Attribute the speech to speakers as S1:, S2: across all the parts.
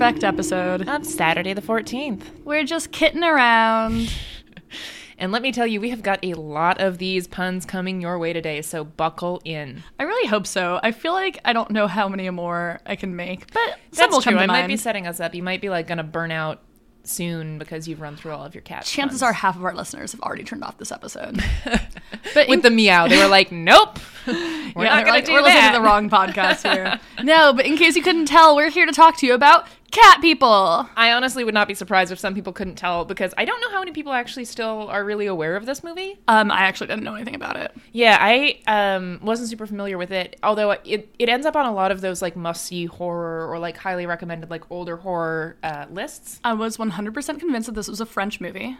S1: episode.
S2: on Saturday the 14th.
S1: We're just kidding around.
S2: And let me tell you, we have got a lot of these puns coming your way today, so buckle in.
S1: I really hope so. I feel like I don't know how many more I can make, but some
S2: That's
S1: will
S2: true.
S1: come to
S2: I
S1: mind.
S2: might be setting us up. You might be like going to burn out soon because you've run through all of your cats.
S1: Chances are half of our listeners have already turned off this episode.
S2: but with the meow, they were like, "Nope, we're
S1: Yeah,
S2: not
S1: they're
S2: going
S1: like,
S2: to do
S1: we're listening
S2: that."
S1: to the wrong podcast here. no, but in case you couldn't tell, we're here to talk to you about cat people.
S2: I honestly would not be surprised if some people couldn't tell because I don't know how many people actually still are really aware of this movie.
S1: Um, I actually didn't know anything about it.
S2: Yeah, I um, wasn't super familiar with it, although it, it ends up on a lot of those like must see horror or like highly recommended like older horror uh, lists.
S1: I was 100% convinced that this was a French movie.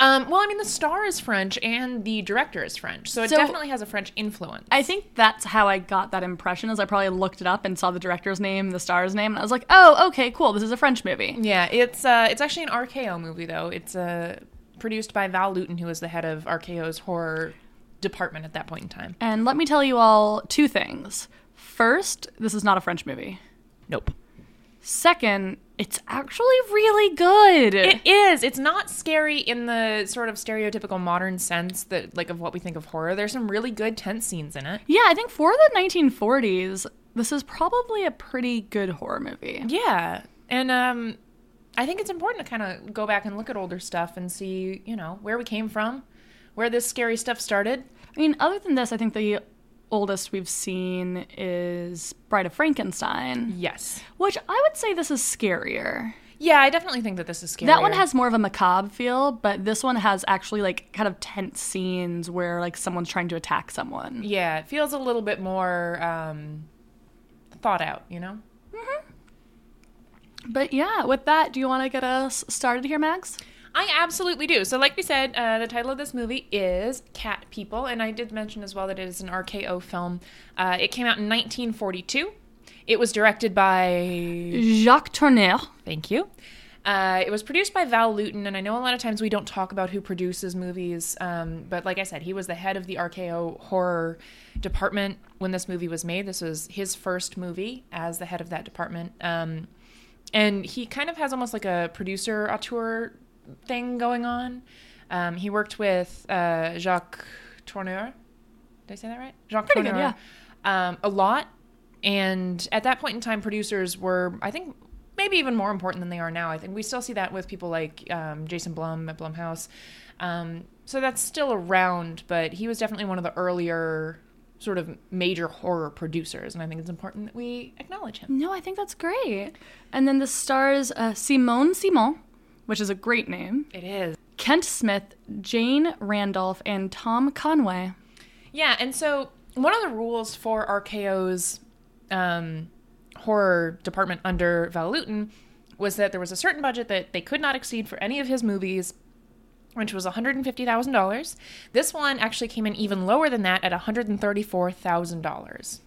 S2: Um, well, I mean, the star is French and the director is French, so it
S1: So-
S2: definitely has a French influence.
S1: I think that's how I got that impression. Is I probably looked it up and saw the director's name, the star's name, and I was like, "Oh, okay, cool. This is a French movie."
S2: yeah, it's uh, it's actually an RKO movie though. It's uh, produced by Val Luton, who was the head of RKO's horror department at that point in time.
S1: And let me tell you all two things. First, this is not a French movie.
S2: Nope.
S1: Second, it's actually really good.
S2: It is. It's not scary in the sort of stereotypical modern sense that like of what we think of horror. There's some really good tense scenes in it.
S1: yeah, I think for the 1940s, this is probably a pretty good horror movie.
S2: Yeah. And um I think it's important to kind of go back and look at older stuff and see, you know, where we came from, where this scary stuff started.
S1: I mean, other than this, I think the oldest we've seen is Bride of Frankenstein,
S2: Yes.
S1: which I would say this is scarier.
S2: Yeah, I definitely think that this is scary.
S1: That one has more of a macabre feel, but this one has actually like kind of tense scenes where like someone's trying to attack someone.
S2: Yeah, it feels a little bit more um thought out, you know?
S1: But yeah, with that, do you want to get us started here, Max?
S2: I absolutely do. So, like we said, uh, the title of this movie is Cat People, and I did mention as well that it is an RKO film. Uh, it came out in 1942. It was directed by.
S1: Jacques Tourneur.
S2: Thank you. Uh, it was produced by Val Luton, and I know a lot of times we don't talk about who produces movies, um, but like I said, he was the head of the RKO horror department when this movie was made. This was his first movie as the head of that department. Um, and he kind of has almost like a producer auteur thing going on. Um, he worked with uh, Jacques Tourneur. Did I say that right? Jacques
S1: Pretty good,
S2: Tourneur. Um, a lot. And at that point in time, producers were, I think, maybe even more important than they are now. I think we still see that with people like um, Jason Blum at Blumhouse. Um, so that's still around, but he was definitely one of the earlier sort of major horror producers. And I think it's important that we acknowledge him.
S1: No, I think that's great. And then this stars uh, Simone Simon, which is a great name,
S2: It is.
S1: Kent Smith, Jane Randolph, and Tom Conway.
S2: Yeah, and so one of the rules for RKO's um, horror department under Val Luton was that there was a certain budget that they could not exceed for any of his movies, which was $150,000. This one actually came in even lower than that at $134,000,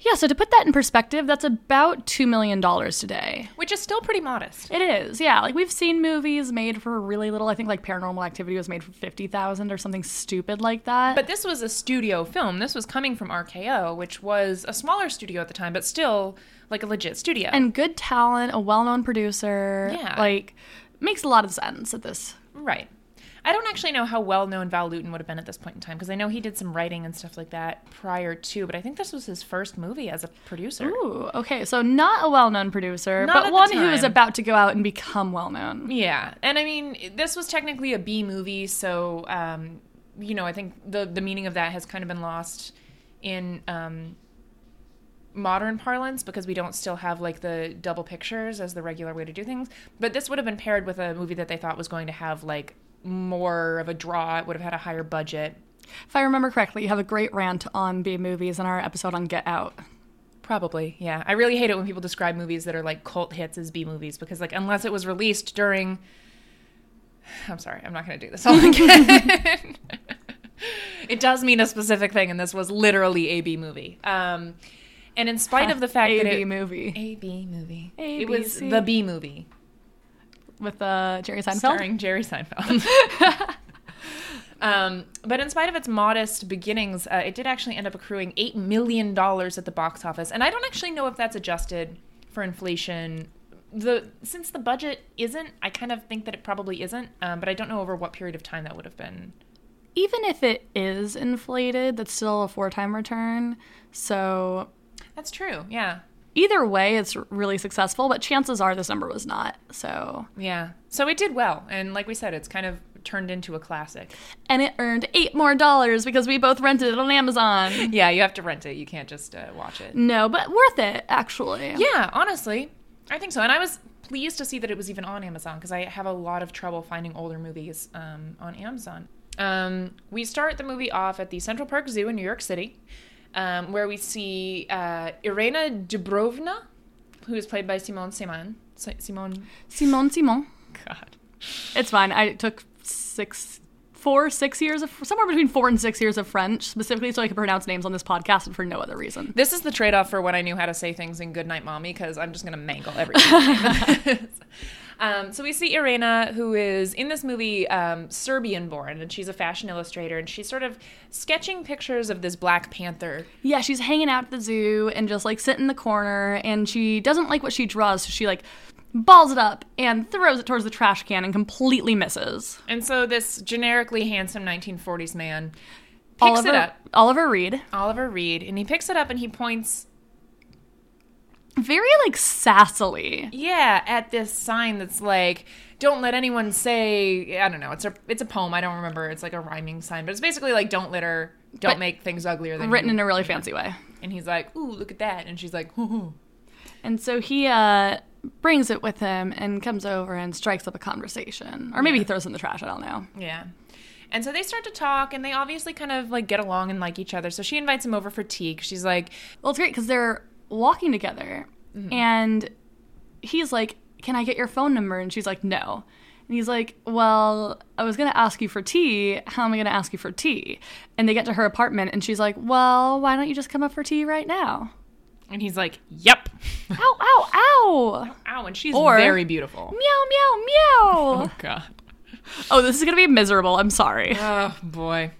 S1: Yeah, so to put that in perspective, that's about $2 million today.
S2: which is still pretty modest.
S1: It is, yeah. Like we've seen movies made for really little. I think like Paranormal Activity was made for 50,000 or something stupid like that.
S2: But this was a studio film. This was coming from RKO, which was a smaller studio at the time, but still like a legit studio.
S1: and good talent, a well-known producer.
S2: Yeah.
S1: Like makes a lot of sense at this.
S2: Right. I don't actually know how well known Val Luton would have been at this point in time because I know he did some writing and stuff like that prior to, but I think this was his first movie as a producer.
S1: Ooh, okay. So not a well-known producer,
S2: Not at
S1: but
S2: the
S1: one who is
S2: time.
S1: about to go out and become well-known.
S2: Yeah. And I mean, this was technically a B movie, so, um, you know, I think the, the meaning of that has kind of been lost in um, modern parlance because we don't still have like the double pictures as the regular way to do things. But this would have been paired with a movie that they thought was going to have like more of a draw, it would have had a higher budget.
S1: If I remember correctly, you have a great rant on B movies in our episode on Get Out.
S2: Probably, yeah. I really hate it when people describe movies that are like cult hits as B movies because, like, unless it was released during. I'm sorry, I'm not going to do this all again. it does mean a specific thing, and this was literally a B movie. Um, and in spite of the fact
S1: A
S2: that
S1: B
S2: it,
S1: movie
S2: a B movie,
S1: A,
S2: it
S1: B,
S2: was
S1: C.
S2: the B movie
S1: with uh, Jerry Seinfeld.
S2: starring Jerry Seinfeld. um, but in spite of its modest beginnings, uh, it did actually end up accruing eight million dollars at the box office, and I don't actually know if that's adjusted for inflation the since the budget isn't, I kind of think that it probably isn't. Um, but I don't know over what period of time that would have been.
S1: Even if it is inflated, that's still a four time return. So
S2: That's true. Yeah.
S1: either way, it's really successful, but chances are this number was not. So,
S2: Yeah. So it did well, and like we said, it's kind of turned into a classic.
S1: and it earned eight more dollars because we both rented it on Amazon.
S2: Yeah, you have to rent it. You can't just uh, watch it.
S1: No, but worth it, actually.
S2: Yeah, honestly, I think so. And I was pleased to see that it was even on Amazon because I have a lot of trouble finding older movies um, on Amazon. Um, we start the movie off at the Central Park Zoo in New York City, um, where we see uh, Irena Dubrovna, who is played by Simone Simon. Si- Simone,
S1: Simon Simon.
S2: God.
S1: It's fine. I took six, four, six years of somewhere between four and six years of French, specifically so I could pronounce names on this podcast and for no other reason.
S2: This is the trade off for when I knew how to say things in Goodnight Mommy because I'm just going to mangle everything. um, so we see Irena, who is in this movie um, Serbian born, and she's a fashion illustrator, and she's sort of sketching pictures of this Black Panther.
S1: Yeah, she's hanging out at the zoo and just like sitting in the corner, and she doesn't like what she draws, so she like balls it up and throws it towards the trash can and completely misses.
S2: And so this generically handsome 1940s man picks
S1: Oliver,
S2: it up,
S1: Oliver Reed,
S2: Oliver Reed, and he picks it up and he points,
S1: very like sassily.
S2: yeah, at this sign that's like, don't let anyone say I don't know. It's a it's a poem. I don't remember. It's like a rhyming sign, but it's basically like don't litter, don't
S1: But-
S2: make things uglier than
S1: Written
S2: you
S1: in a really fancy way.
S2: And he's like, "Ooh, look at that!" And she's like, "Hoo-hoo."
S1: And so he uh, brings it with him and comes over and strikes up a conversation. Or maybe he throws it in the trash, I don't know.
S2: "Yeah." And so they start to talk, and they obviously kind of like get along and like each other. So she invites him over for tea. 'cause She's like,
S1: Well, it's great because they're walking together, and he's like, "Can I get your phone number?" And she's like, "No." And he's like, "Well, I was gonna ask you for tea. How am I gonna ask you for tea?" And they get to her apartment, and she's like, "Well, why don't you just come up for tea right now?"
S2: and he's like, "Yep."
S1: Ow! Ow! Ow!
S2: Ow, and she's
S1: Or-
S2: very beautiful.
S1: Meow! Meow! Meow!
S2: Oh God.
S1: oh, this is gonna be miserable. I'm sorry.
S2: Oh boy.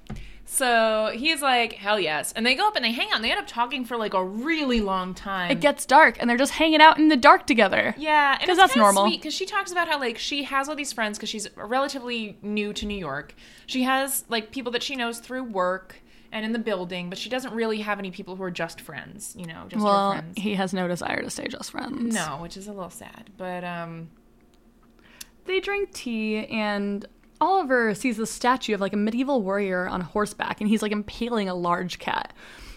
S2: So he's like, "Hell yes!" And they go up and they hang out. and They end up talking for like a really long time.
S1: It gets dark, and they're just hanging out in the dark together.
S2: Yeah,
S1: 'Cause that's normal.
S2: Because she talks about how like she has all these friends because she's relatively new to New York. She has like people that she knows through work and in the building, but she doesn't really have any people who are just friends. You know, just her
S1: Well,
S2: friends.
S1: he has no desire to stay just friends.
S2: No, which is a little sad, but um,
S1: They drink tea, and Oliver sees the statue of like a medieval warrior on horseback, and he's like impaling a large cat.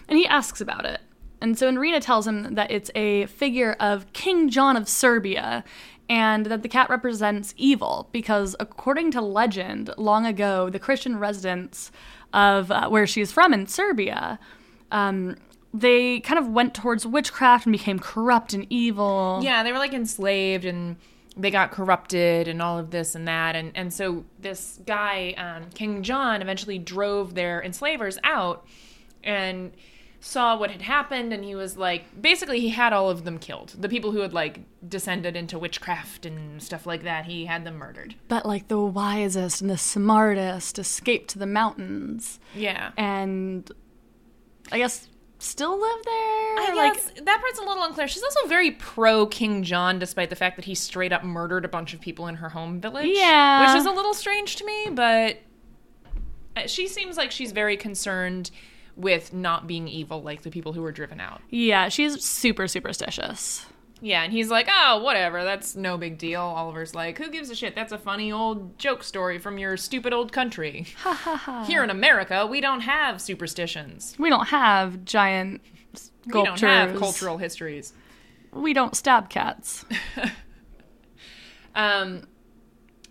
S1: And he asks about it. And so Enrina tells him that it's a figure of King John of Serbia, and that the cat represents evil, because according to legend, long ago, the Christian residents of uh, where she's from in Serbia. Um, they kind of went towards witchcraft and became corrupt and evil.
S2: yeah, they were like enslaved and they got corrupted and all of this and that, and and so this guy um, King John eventually drove their enslavers out and saw what had happened and he was like basically he had all of them killed the people who had like descended into witchcraft and stuff like that he had them murdered
S1: but like the wisest and the smartest escaped to the mountains
S2: yeah
S1: and i guess still live there
S2: I
S1: like
S2: guess that part's a little unclear. She's also very pro King John, despite the fact that he straight up murdered a bunch of people in her home village.
S1: Yeah.
S2: which is a little strange to me, but uh, she seems like she's very concerned with not being evil, like the people who were driven out.
S1: yeah she's super superstitious
S2: Yeah, and he's like, "Oh, whatever, that's no big deal." Oliver's like, "Who gives a shit? That's a funny old joke story from your stupid old country." Here in America, we don't have superstitions.
S1: we don't have giant
S2: We
S1: sculptures
S2: don't have cultural histories.
S1: we don't stab cats
S2: Um,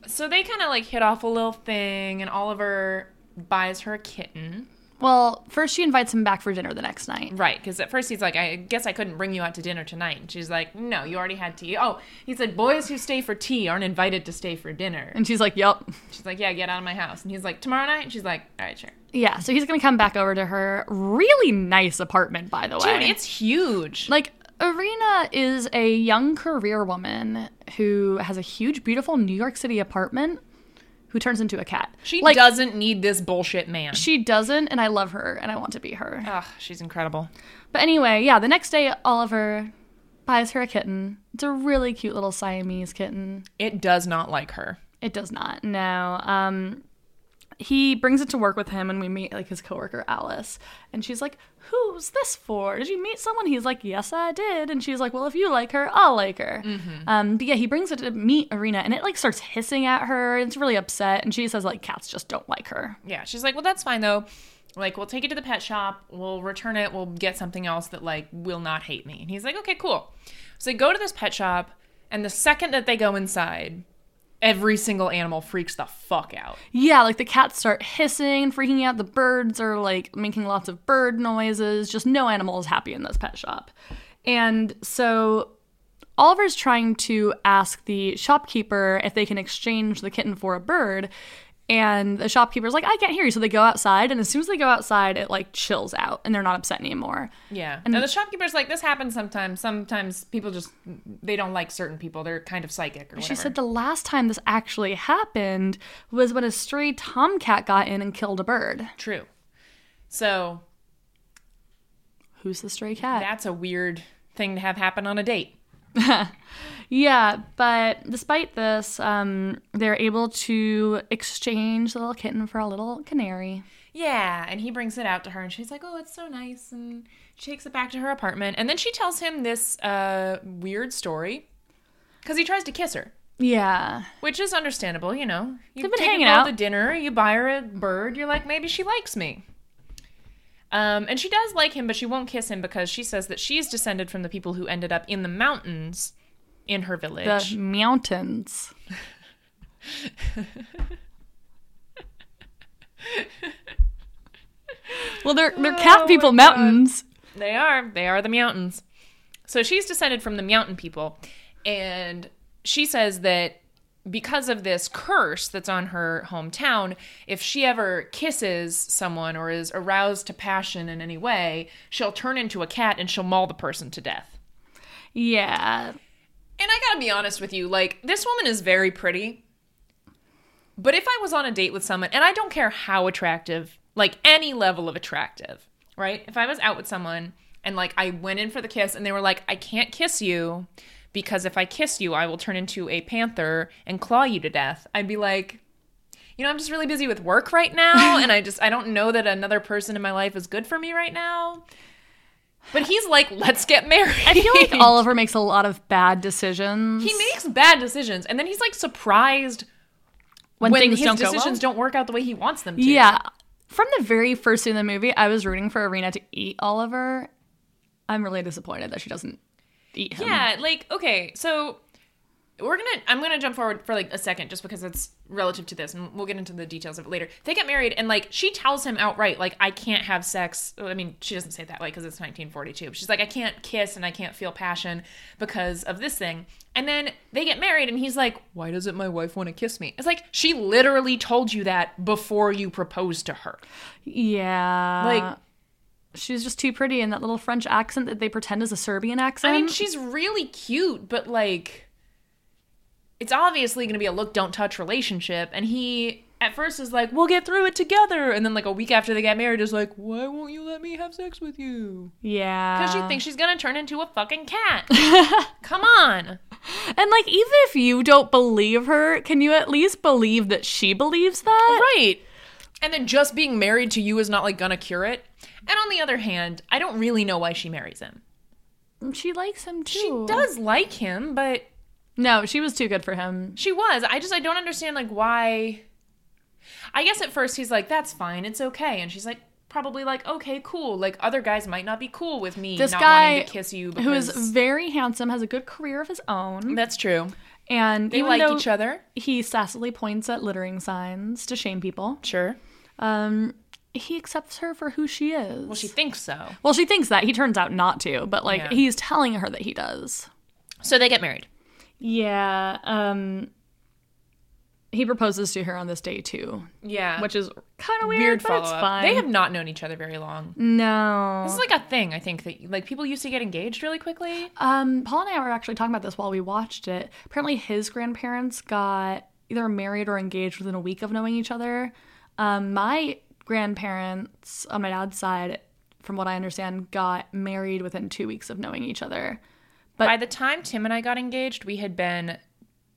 S2: so they kind of like hit off a little thing, and Oliver buys her a kitten.
S1: well first she invites him back for dinner the next night
S2: Right, because at first he's like, I guess I couldn't bring you out to dinner tonight. And she's like, No, you already had tea. Oh, he said, Boys who stay for tea aren't invited to stay for dinner.
S1: and she's like yep
S2: She's like, Yeah, get out of my house. And he's like, Tomorrow night? And she's like, All right, sure.
S1: yeah so he's gonna come back over to her really nice apartment by the way
S2: Dude, it's huge.
S1: Like, Arena is a young career woman who has a huge, beautiful New York City apartment who turns into a cat.
S2: She
S1: like,
S2: doesn't need this bullshit man.
S1: She doesn't, and I love her, and I want to be her.
S2: Ugh, she's incredible.
S1: But anyway, yeah, the next day, Oliver buys her a kitten. It's a really cute little Siamese kitten.
S2: It does not like her.
S1: It does not. No. Um, he brings it to work with him, and we meet like his coworker Alice, and she's like, "Who's this for? Did you meet someone?" He's like, "Yes, I did," and she's like, "Well, if you like her, I'll like her." Um, but yeah, he brings it to meet Arena, and it like starts hissing at her, and it's really upset, and she says like, "Cats just don't like her."
S2: Yeah, she's like, well, that's fine though. Like, we'll take it to the pet shop. We'll return it. We'll get something else that like will not hate me. And he's like, okay, cool. So they go to this pet shop, and the second that they go inside, every single animal freaks the fuck out.
S1: Yeah, like the cats start hissing and freaking out. The birds are like making lots of bird noises. Just no animal is happy in this pet shop. And so Oliver's trying to ask the shopkeeper if they can exchange the kitten for a bird. And the shopkeeper's like, I can't hear you. So they go outside. And as soon as they go outside, it like chills out and they're not upset anymore.
S2: Yeah. And, the shopkeeper's like, this happens sometimes. Sometimes people just they don't like certain people. They're kind of psychic or whatever.
S1: She said the last time this actually happened was when a stray tomcat got in and killed a bird.
S2: true. So
S1: Who's the stray cat?
S2: that's a weird thing to have happen on a date.
S1: Yeah, but despite this, um, they're able to exchange the little kitten for a little canary.
S2: Yeah, and he brings it out to her, and she's like, "Oh, it's so nice," and she takes it back to her apartment, and then she tells him this uh, weird story because he tries to kiss her,
S1: Yeah.
S2: which is understandable, you know. You've
S1: been hanging out.
S2: to dinner, you buy her a bird, you're like, maybe she likes me. Um, and she does like him, but she won't kiss him because she says that she's descended from the people who ended up in the mountains in her
S1: The
S2: village.
S1: mountains. well, they're, they're cat
S2: Oh
S1: people
S2: my God.
S1: mountains.
S2: They are. They are the mountains. So she's descended from the mountain people. And she says that because of this curse that's on her hometown, if she ever kisses someone or is aroused to passion in any way, she'll turn into a cat and she'll maul the person to death.
S1: Yeah.
S2: And I gotta be honest with you, like, this woman is very pretty. But if I was on a date with someone, and I don't care how attractive, like any level of attractive, right? If I was out with someone and like I went in for the kiss and they were like, I can't kiss you because if I kiss you, I will turn into a panther and claw you to death, I'd be like, you know, I'm just really busy with work right now, and I just I don't know that another person in my life is good for me right now. But he's like, let's get married.
S1: I feel like Oliver makes a lot of bad decisions.
S2: He makes bad decisions, and then he's like surprised
S1: when,
S2: when
S1: things
S2: his
S1: don't go well.
S2: decisions don't work out the way he wants them to.
S1: Yeah. From the very first scene in the movie, I was rooting for Arena to eat Oliver. I'm really disappointed that she doesn't eat him.
S2: yeah. Like, okay, so we're gonna. I'm gonna jump forward for like a second, just because it's relative to this, and we'll get into the details of it later. They get married, and like she tells him outright, like, I can't have sex. I mean, she doesn't say it that way because it's 1942. But she's like, I can't kiss and I can't feel passion because of this thing. And then they get married, and he's like, Why doesn't my wife want to kiss me? It's like she literally told you that before you proposed to her.
S1: Yeah.
S2: Like-
S1: she's just too pretty in that little French accent that they pretend is a Serbian accent.
S2: I mean, she's really cute, but like, it's obviously going to be a look, don't touch relationship. And he, at first, is like, we'll get through it together. And then, like, a week after they get married, is like, why won't you let me have sex with you?
S1: yeah.
S2: Because she thinks she's going to turn into a fucking cat. Come on.
S1: And like even if you don't believe her, can you at least believe that she believes that?
S2: Right. And then just being married to you is not, like, going to cure it. And on the other hand, I don't really know why she marries him.
S1: She likes him too.
S2: She does like him, but
S1: No, she was too good for him.
S2: She was. I just I don't understand like why. I guess at first he's like, "That's fine, it's okay," and she's like, probably like, "Okay, cool." Like other guys might not be cool with me
S1: This
S2: not
S1: guy
S2: wanting to kiss you because
S1: who is very handsome, has a good career of his own,
S2: that's true.
S1: and
S2: They
S1: even
S2: like
S1: though
S2: each other,
S1: he sassily points at littering signs to shame people,
S2: sure.
S1: um, he accepts her for who she is.
S2: Well, she thinks so.
S1: Well, she thinks that. He turns out not to, but like
S2: Yeah.
S1: he's telling her that he does.
S2: So they get married.
S1: Yeah. Um he proposes to her on this day too,
S2: Yeah,
S1: which is kind of weird,
S2: weird
S1: but
S2: follow
S1: it's
S2: up.
S1: fine.
S2: They have not known each other very long.
S1: no.
S2: This is like a thing I think that like people used to get engaged really quickly.
S1: um Paul and I were actually talking about this while we watched it. Apparently his grandparents got either married or engaged within a week of knowing each other. Um my grandparents on my dad's side from what I understand got married within 2 weeks of knowing each other. But
S2: By the time Tim and I got engaged, we had been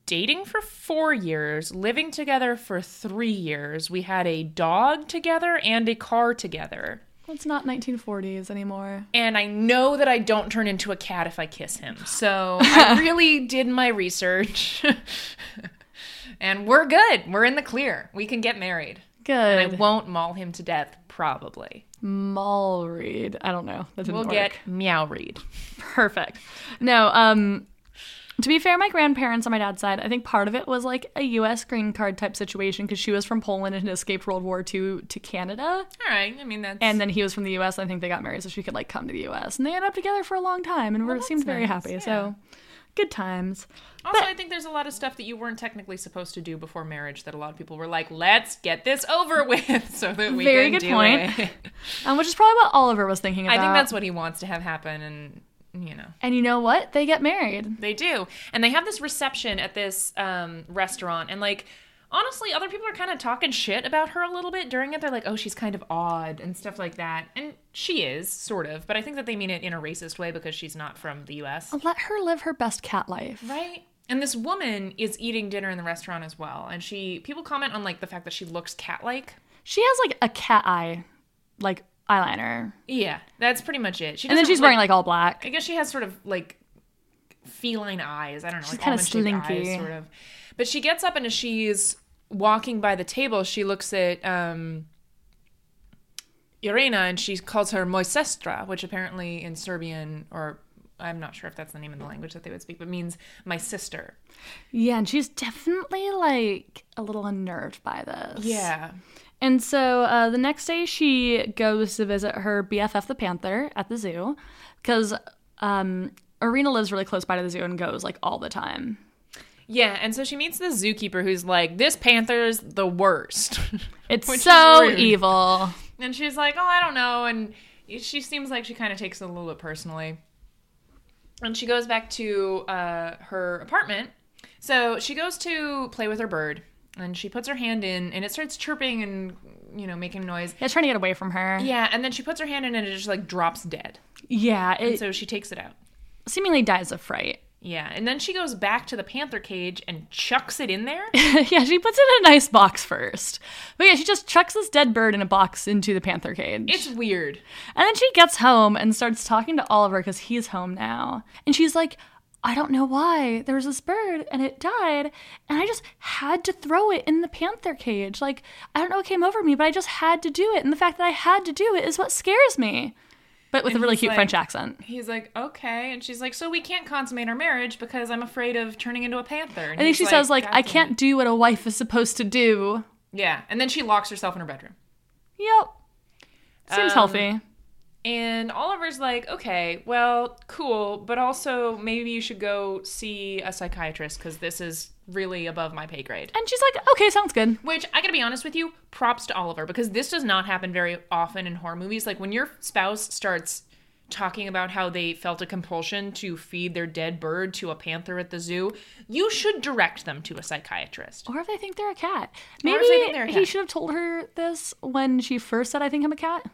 S2: dating for four years, living together for three years. We had a dog together and a car together.
S1: it's not 1940s anymore.
S2: And I know that I don't turn into a cat if I kiss him. So I really did my research. and we're good. We're in the clear. We can get married. I
S1: Good.
S2: won't maul him to death, probably.
S1: Mall read. I don't know. That didn't
S2: We'll
S1: work.
S2: get meow read.
S1: perfect. No, um to be fair, my grandparents on my dad's side, I think part of it was like a US green card type situation because she was from Poland and had escaped World War II to Canada.
S2: All right. I mean, that's.
S1: And then he was from the US. I think they got married so she could like come to the US. And they ended up together for a long time and were
S2: that's
S1: seemed very
S2: nice,
S1: happy.
S2: yeah.
S1: So good times.
S2: Also, I think there's a lot of stuff that you weren't technically supposed to do before marriage that a lot of people were like, "Let's get this over with," so that we
S1: Very
S2: can
S1: good
S2: do
S1: point.
S2: it.
S1: Um, which is probably what Oliver was thinking about.
S2: I think that's what he wants to have happen, and you know
S1: And you know what? They get married.
S2: they do. And they have this reception at this um, restaurant, and like honestly, other people are kind of talking shit about her a little bit during it. They're like, "Oh, she's kind of odd" and stuff like that, and she is sort of, but I think that they mean it in a racist way because she's not from the U.S.
S1: Let her live her best cat life.
S2: Right? And this woman is eating dinner in the restaurant as well. And she people comment on like the fact that she looks cat like.
S1: She has like a cat eye, like eyeliner.
S2: Yeah. That's pretty much it. She
S1: And then
S2: doesn't,
S1: she's wearing like all black.
S2: I guess she has sort of like feline eyes. I don't know, like
S1: kinda
S2: almond-shaped
S1: slinky.
S2: eyes, sort of. But she gets up and as she's walking by the table, she looks at um Irina and she calls her Moisestra, which apparently in Serbian or I'm not sure if that's the name of the language that they would speak, but means my sister.
S1: Yeah, and she's definitely like a little unnerved by this.
S2: Yeah.
S1: And so uh, the next day she goes to visit her BFF the panther at the zoo because um, Arena lives really close by to the zoo and goes like all the time.
S2: Yeah, and so she meets the zookeeper who's like, "This panther's the worst,"
S1: It's
S2: Which is
S1: so
S2: rude.
S1: evil.
S2: and she's like, "Oh, I don't know," and she seems like she kind of takes it a little bit personally. And she goes back to uh, her apartment. So she goes to play with her bird, and she puts her hand in, and it starts chirping and you know making noise.
S1: Yeah, it's trying to get away from her.
S2: Yeah, and then she puts her hand in, and it just like drops dead.
S1: Yeah, it
S2: So she takes it out.
S1: seemingly dies of fright.
S2: Yeah, and then she goes back to the panther cage and chucks it in there.
S1: yeah, she puts it in a nice box first. But yeah, she just chucks this dead bird in a box into the panther cage.
S2: It's weird.
S1: and then she gets home and starts talking to Oliver because he's home now. And she's like, I don't know why. There was this bird and it died. And I just had to throw it in the panther cage. Like, I don't know what came over me, but I just had to do it. And the fact that I had to do it is what scares me. But with a really
S2: he's
S1: cute
S2: like-
S1: French accent.
S2: He's like, okay. And she's like, so we can't consummate our marriage because I'm afraid of turning into a panther. And
S1: I think
S2: he's
S1: she says, like, I
S2: "That's
S1: can't do what a wife is supposed to do.
S2: it." Yeah. And then she locks herself in her bedroom.
S1: Yep. Seems
S2: Um,
S1: healthy.
S2: And Oliver's like, okay, well, cool, but also maybe you should go see a psychiatrist because this is really above my pay grade.
S1: And she's like, okay, sounds good.
S2: Which I gotta be honest with you, props to Oliver because this does not happen very often in horror movies. Like when your spouse starts talking about how they felt a compulsion to feed their dead bird to a panther at the zoo, you should direct them to a psychiatrist.
S1: Or if they think they're a cat.
S2: Or
S1: Maybe
S2: if they think they're a
S1: he
S2: cat.
S1: should have told her this when she first said, I think I'm a cat.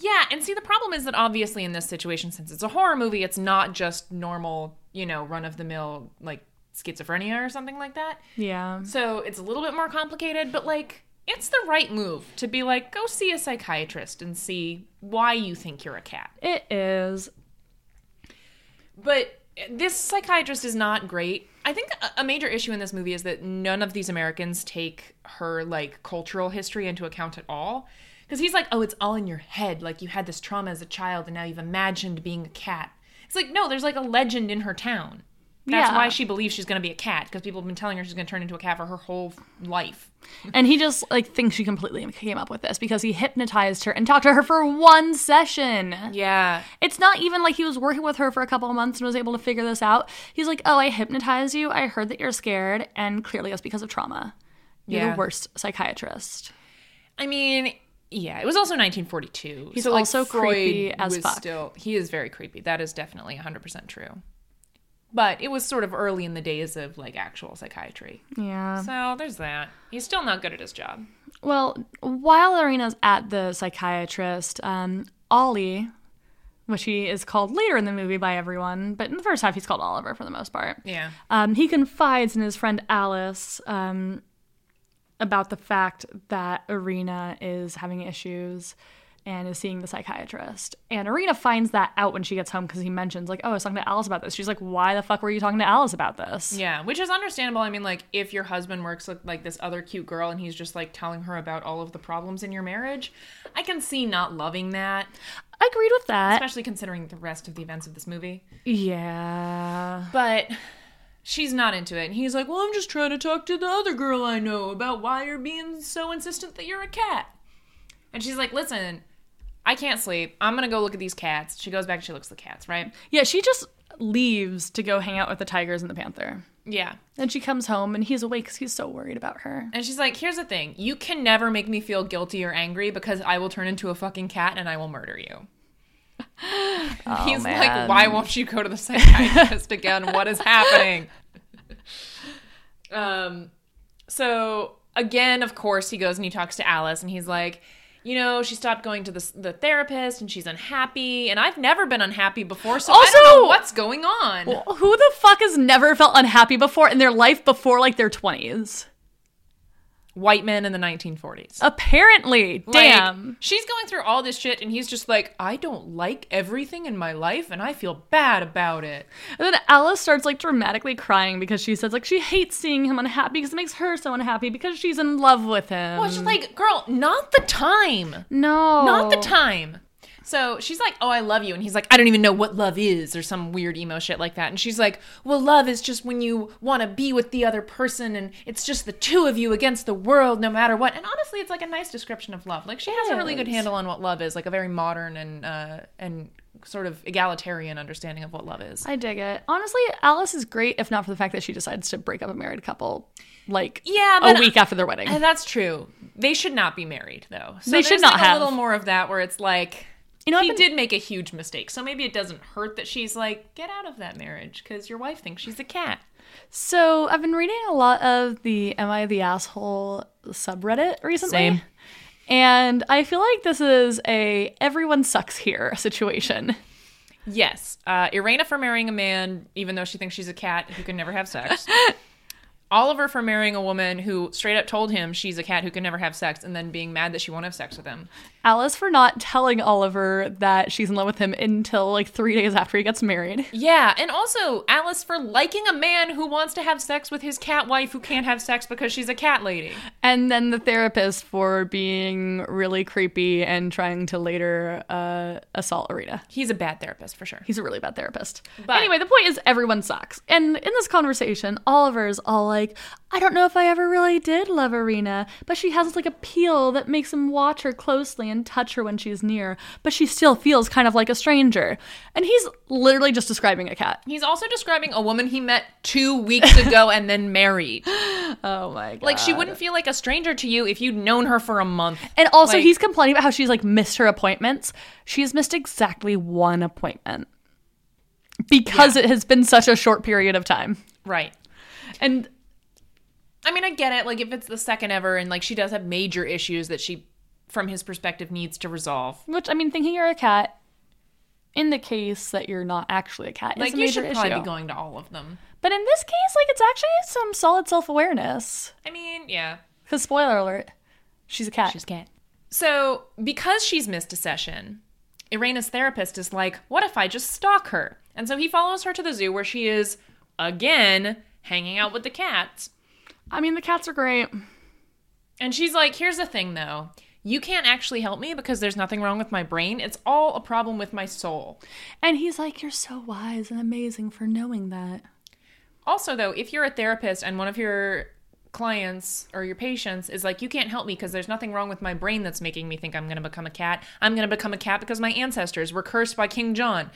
S2: Yeah, and see, the problem is that obviously in this situation, since it's a horror movie, it's not just normal, you know, run of the mill like schizophrenia or something like that.
S1: Yeah.
S2: So it's a little bit more complicated, but like it's the right move to be like, go see a psychiatrist and see why you think you're a cat.
S1: It is.
S2: But this psychiatrist is not great. I think a- a major issue in this movie is that none of these Americans take her like cultural history into account at all. Because he's like, oh, it's all in your head. Like you had this trauma as a child and now you've imagined being a cat. It's like, no, there's like a legend in her town. That's
S1: Yeah.
S2: why she believes she's going to be a cat because people have been telling her she's going to turn into a cat for her whole life.
S1: And he just like thinks she completely came up with this because he hypnotized her and talked to her for one session.
S2: Yeah.
S1: It's not even like he was working with her for a couple of months and was able to figure this out. He's like, "Oh, I hypnotized you. I heard that you're scared, and clearly it's because of trauma. You're
S2: Yeah.
S1: the worst psychiatrist."
S2: I mean, yeah, it was also 1942.
S1: He's
S2: so, like,
S1: also
S2: Freud
S1: creepy as
S2: was
S1: fuck.
S2: Still, he is very creepy. That is definitely 100% true. But it was sort of early in the days of like actual psychiatry.
S1: Yeah.
S2: So there's that. He's still not good at his job.
S1: Well, while Arena's at the psychiatrist, um, Ollie, which he is called later in the movie by everyone, but in the first half he's called Oliver for the most part.
S2: Yeah.
S1: Um, he confides in his friend Alice um, about the fact that Arena is having issues and is seeing the psychiatrist. And Arena finds that out when she gets home because he mentions, like, oh, I was talking to Alice about this. She's like, why the fuck were you talking to Alice about this?
S2: Yeah, which is understandable. I mean, like if your husband works with like this other cute girl and he's just like telling her about all of the problems in your marriage, I can see not loving that,
S1: I agreed with that.
S2: especially considering the rest of the events of this movie.
S1: Yeah.
S2: But she's not into it, and he's like, "Well, I'm just trying to talk to the other girl I know about why you're being so insistent that you're a cat." And she's like, "Listen, I can't sleep. I'm gonna go look at these cats." She goes back and she looks at the cats, right?
S1: Yeah, she just leaves to go hang out with the tigers and the panther.
S2: Yeah.
S1: Then she comes home and he's awake because he's so worried about her.
S2: And she's like, "Here's the thing. You can never make me feel guilty or angry because I will turn into a fucking cat and I will murder you." He's like,
S1: Oh, man.
S2: "Why won't you go to the psychiatrist again? What is happening?" um so again, of course, he goes and he talks to Alice and he's like, "You know, she stopped going to the the therapist and she's unhappy and I've never been unhappy before, so I don't
S1: Also-
S2: know what's going on."
S1: Who the fuck has never felt unhappy before in their life before like their 20s?
S2: White men in the 1940s.
S1: Apparently.
S2: Like,
S1: Damn.
S2: she's going through all this shit, and he's just like, I don't like everything in my life, and I feel bad about it.
S1: And then Alice starts like dramatically crying because she says like she hates seeing him unhappy because it makes her so unhappy because she's in love with him.
S2: Well, she's like, girl, not the time.
S1: no,
S2: Not the time. So she's like, Oh, I love you. And he's like, I don't even know what love is, or some weird emo shit like that. And she's like, Well, love is just when you want to be with the other person, and it's just the two of you against the world, no matter what. And honestly, it's like a nice description of love. Like, she has a really good
S1: is.
S2: handle on what love is, like a very modern and, uh, and, Sort of egalitarian understanding of what love is.
S1: I dig it. Honestly, Alice is great if not for the fact that she decides to break up a married couple like
S2: Yeah,
S1: a
S2: but-
S1: week after their wedding.
S2: And that's true. They should not be married, though. So
S1: They should
S2: there's,
S1: not
S2: like,
S1: have.
S2: a little more of that, where it's like
S1: you know, I've
S2: he
S1: been-
S2: did make a huge mistake. So maybe it doesn't hurt that she's like, get out of that marriage because your wife thinks she's a cat.
S1: So I've been reading a lot of the "Am I the asshole?" subreddit recently.
S2: Same.
S1: And I feel like this is a everyone sucks here situation.
S2: Yes, uh, Irena for marrying a man, even though she thinks she's a cat who can never have sex. Oliver for marrying a woman who straight up told him she's a cat who can never have sex, and then being mad that she won't have sex with him.
S1: Alice for not telling Oliver that she's in love with him until like three days after he gets married.
S2: Yeah, and also Alice for liking a man who wants to have sex with his cat wife who can't have sex because she's a cat lady.
S1: And then the therapist for being really creepy and trying to later uh, assault Arena.
S2: He's a bad therapist for sure.
S1: He's a really bad therapist.
S2: But-
S1: anyway, the point is everyone sucks. And in this conversation, Oliver's all like, I don't know if I ever really did love Arena, but she has like a peel that makes him watch her closely and touch her when she's near, but she still feels kind of like a stranger. And he's literally just describing a cat.
S2: He's also describing a woman he met two weeks ago and then married.
S1: Oh my god.
S2: Like, she wouldn't feel like a stranger to you if you'd known her for a month.
S1: And also,
S2: Like-
S1: he's complaining about how she's like missed her appointments. She's missed exactly one appointment because it has been such a short period of time.
S2: Right.
S1: And
S2: I mean, I get it. Like, if it's the second ever and, like, she does have major issues that she, from his perspective, needs to resolve.
S1: which I mean, thinking you're a cat in the case that you're not actually a cat,
S2: Like,
S1: is a
S2: you
S1: major
S2: should probably
S1: issue.
S2: be going to all of them.
S1: But in this case, like it's actually some solid self awareness.
S2: I mean, yeah.
S1: Because spoiler alert, she's a cat.
S2: She's cat. So, because she's missed a session, Irena's therapist is like, what if I just stalk her? And so he follows her to the zoo where she is, again, hanging out with the cats.
S1: I mean, the cats are great.
S2: And she's like, here's the thing though. You can't actually help me because there's nothing wrong with my brain. It's all a problem with my soul.
S1: And he's like, "You're so wise and amazing for knowing that."
S2: Also, though, if you're a therapist and one of your clients or your patients is like, you can't help me because there's nothing wrong with my brain that's making me think I'm going to become a cat. I'm going to become a cat because my ancestors were cursed by King John.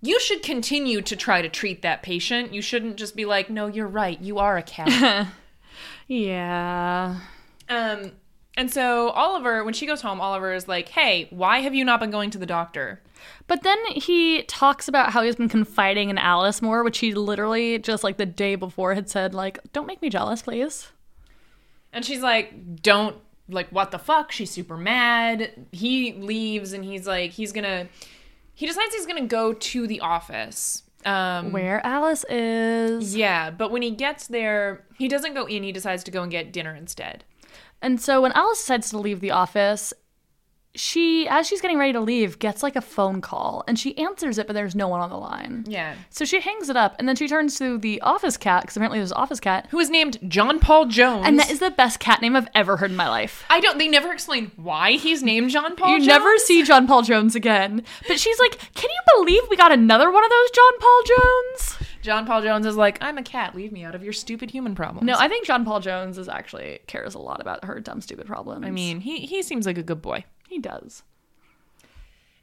S2: You should continue to try to treat that patient. You shouldn't just be like, no, you're right. You are a cat.
S1: Yeah.
S2: Um, and so Oliver, when she goes home, Oliver is like, hey, why have you not been going to the doctor?
S1: But then he talks about how he's been confiding in Alice more, which he literally just like the day before had said like, "Don't make me jealous, please."
S2: And she's like, don't, like, what the fuck? She's super mad. He leaves and he's like, he's gonna He decides he's going to go to the office. Um,
S1: Where Alice is.
S2: Yeah, but when he gets there, he doesn't go in. He decides to go and get dinner instead.
S1: And so when Alice decides to leave the office, she, as she's getting ready to leave, gets like a phone call and she answers it, but there's no one on the line.
S2: Yeah.
S1: So she hangs it up and then she turns to the office cat, because apparently there's an office cat.
S2: Who is named John Paul Jones.
S1: And that is the best cat name I've ever heard in my life.
S2: I don't. They never explain why he's named John Paul.
S1: You
S2: Jones.
S1: never see John Paul Jones again. But she's like, Can you believe we got another one of those John Paul Jones?
S2: John Paul Jones is like, I'm a cat. Leave me out of your stupid human problems.
S1: No, I think John Paul Jones is actually cares a lot about her dumb, stupid problems.
S2: I mean he he seems like a good boy.
S1: he does.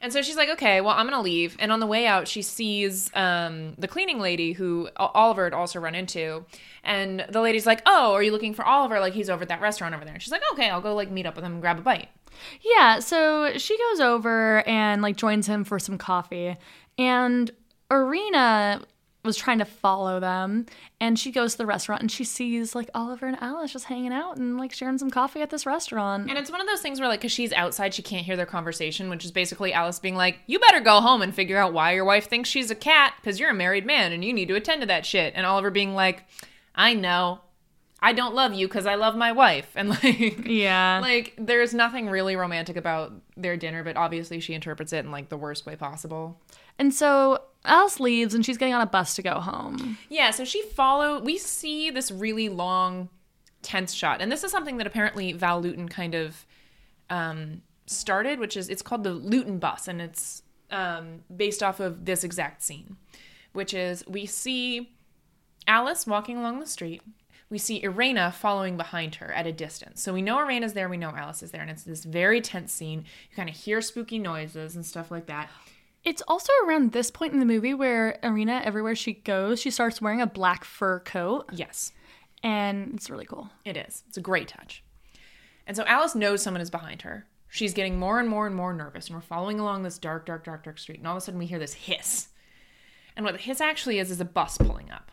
S2: And so she's like, okay, well, I'm gonna leave. And on the way out, she sees um, the cleaning lady who O- Oliver had also run into. And the lady's like, oh, are you looking for Oliver? Like he's over at that restaurant over there. And she's like, okay, I'll go like meet up with him and grab a bite.
S1: Yeah, so she goes over and like joins him for some coffee. And Arena was trying to follow them and she goes to the restaurant and she sees like Oliver and Alice just hanging out and like sharing some coffee at this restaurant.
S2: And it's one of those things where like, cause she's outside, she can't hear their conversation, which is basically Alice being like, you better go home and figure out why your wife thinks she's a cat, cause you're a married man and you need to attend to that shit. And Oliver being like, I know, I don't love you cause I love my wife. And like,
S1: yeah.
S2: like there's nothing really romantic about their dinner but obviously she interprets it in like the worst way possible
S1: and so Alice leaves and she's getting on a bus to go home.
S2: yeah so she follow we see this really long tense shot and this is something that apparently val luton kind of um, started which is it's called the luton bus and it's um, based off of this exact scene which is we see alice walking along the street we see Irena following behind her at a distance. So we know Irena's there, we know Alice is there, and it's this very tense scene. You kind of hear spooky noises and stuff like that.
S1: It's also around this point in the movie where Arena, everywhere she goes, she starts wearing a black fur coat
S2: Yes,
S1: and it's really cool.
S2: it is. It's a great touch. And so Alice knows someone is behind her. She's getting more and more and more nervous, and we're following along this dark, dark, dark, dark street. And all of a sudden, we hear this hiss. And what the hiss actually is, is a bus pulling up.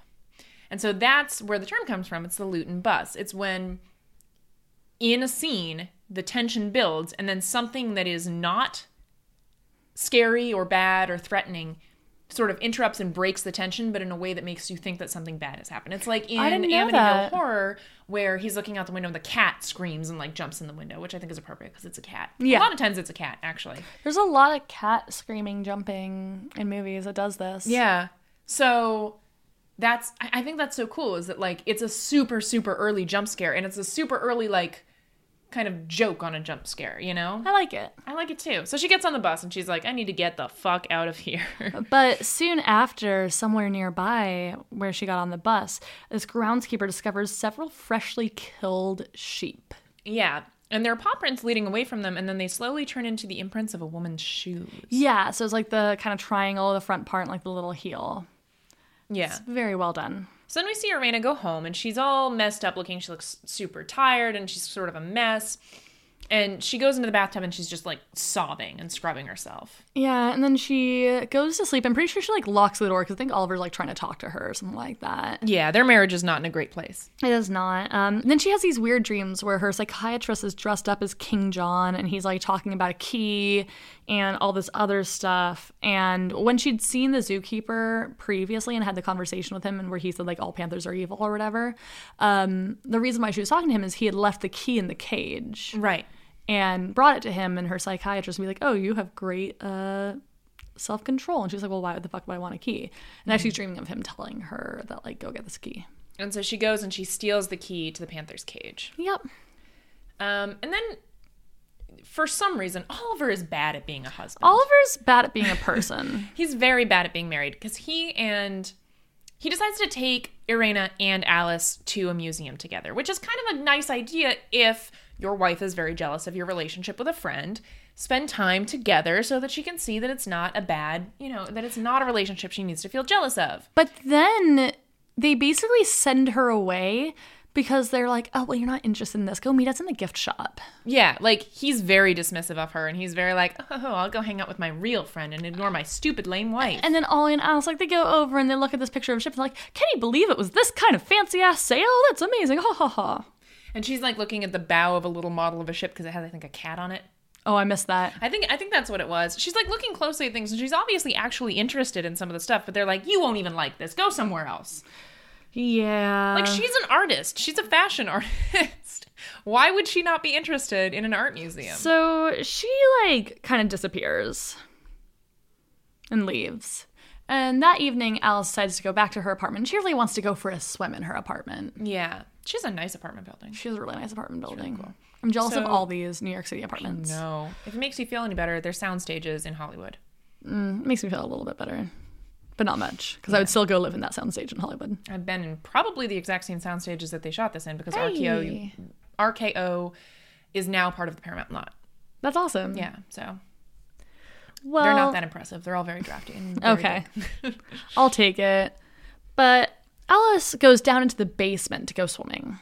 S2: And so that's where the term comes from. It's the Luton bus. It's when, in a scene, the tension builds, and then something that is not scary or bad or threatening sort of interrupts and breaks the tension, but in a way that makes you think that something bad has happened. It's like in
S1: didn't know
S2: Amityville
S1: that.
S2: Horror, where he's looking out the window and the cat screams and like jumps in the window, which I think is appropriate because it's a cat.
S1: Yeah.
S2: A lot of times it's a cat, actually.
S1: There's a lot of cat screaming, jumping in movies that does this.
S2: Yeah. So that's I I think that's so cool is that like it's a super super early jump scare and it's a super early like kind of joke on a jump scare, you know?
S1: I like it.
S2: I like it too. So she gets on the bus and she's like, I need to get the fuck out of here.
S1: But soon after, somewhere nearby where she got on the bus, this groundskeeper discovers several freshly killed sheep.
S2: yeah. And there are paw prints leading away from them, and then they slowly turn into the imprints of a woman's shoes.
S1: Yeah, so it's like the kind of triangle, the front part, and like the little heel.
S2: Yeah.
S1: Very well done.
S2: So then we see Irena go home, and she's all messed up looking. She looks super tired, and she's sort of a mess. And she goes into the bathtub, and she's just like sobbing and scrubbing herself.
S1: Yeah, and then she goes to sleep. I'm pretty sure she like locks the door because I think Oliver's like trying to talk to her or something like that.
S2: Yeah, their marriage is not in a great place.
S1: It is not. Um, then she has these weird dreams where her psychiatrist is dressed up as King John and he's like talking about a key and all this other stuff. And when she'd seen the zookeeper previously and had the conversation with him and where he said like all panthers are evil or whatever, um, the reason why she was talking to him is he had left the key in the cage
S2: Right.
S1: and brought it to him and her psychiatrist would be like, "Oh, you have great uh, self control." And she's like, "Well, why the fuck would I want a key?" And now she's dreaming of him telling her that like, "Go get this key."
S2: And so she goes and she steals the key to the panther's cage.
S1: Yep.
S2: Um, and then, for some reason, Oliver is bad at being a husband.
S1: Oliver's bad at being a person.
S2: He's very bad at being married because he and he decides to take Irena and Alice to a museum together, which is kind of a nice idea if your wife is very jealous of your relationship with a friend. Spend time together so that she can see that it's not a bad, you know, that it's not a relationship she needs to feel jealous of.
S1: but then they basically send her away because they're like, "Oh, well, you're not interested in this. Go meet us in the gift shop."
S2: Yeah, like he's very dismissive of her and he's very like, oh, I'll go hang out with my real friend and ignore my stupid lame wife.
S1: And then Ollie and Alice like they go over and they look at this picture of a ship and they're like, "Can you believe it was this kind of fancy ass sail? That's amazing!" Ha ha ha.
S2: And she's like looking at the bow of a little model of a ship because it has, I think, a cat on it.
S1: Oh, I missed that.
S2: I think I think that's what it was. She's like looking closely at things, and she's obviously actually interested in some of the stuff. But they're like, "You won't even like this. Go somewhere else."
S1: Yeah.
S2: Like she's an artist. She's a fashion artist. Why would she not be interested in an art museum?
S1: So she like kind of disappears and leaves. And that evening, Alice decides to go back to her apartment. She really wants to go for a swim in her apartment.
S2: Yeah, she has a nice apartment building.
S1: She has a really nice apartment building. I'm jealous of
S2: So-
S1: all these New York City apartments.
S2: No, if it makes you feel any better, there's sound stages in Hollywood.
S1: It makes me feel a little bit better, but not much because I would still go live in that soundstage in Hollywood.
S2: I've been in probably the exact same sound stages that they shot this in because RKO
S1: Hey.
S2: RKO is now part of the Paramount lot.
S1: That's awesome.
S2: Yeah, so
S1: Well,
S2: they're not that impressive. They're all very drafty. And very
S1: Okay.
S2: big.
S1: I'll take it. But Alice goes down into the basement to go swimming.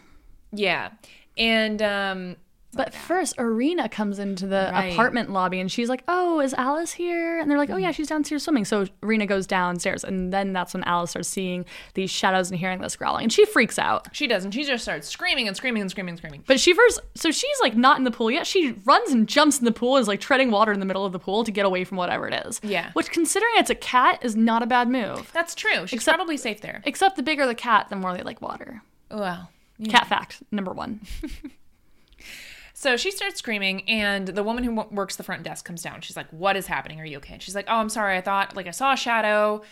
S2: yeah, and um,
S1: But first, Arena comes into the
S2: Right.
S1: apartment lobby and she's like, Oh, is Alice here? And they're like, Oh,
S2: Mm.
S1: yeah, she's downstairs swimming. So Arena goes downstairs. And then that's when Alice starts seeing these shadows and hearing this growling. And she freaks out.
S2: she doesn't. She just starts screaming and screaming and screaming and screaming.
S1: But she first, so she's like not in the pool yet. She runs and jumps in the pool, and is like treading water in the middle of the pool to get away from whatever it is.
S2: Yeah.
S1: Which, considering it's a cat, is not a bad move.
S2: That's true. She's probably safe there. Oh,
S1: Except the bigger the cat, the more they like water.
S2: Well,
S1: Cat fact number one.
S2: So she starts screaming, and the woman who wo- works the front desk comes down. She's like, "What is happening? Are you okay?" And she's like, "Oh, I'm sorry. I thought like I saw a shadow."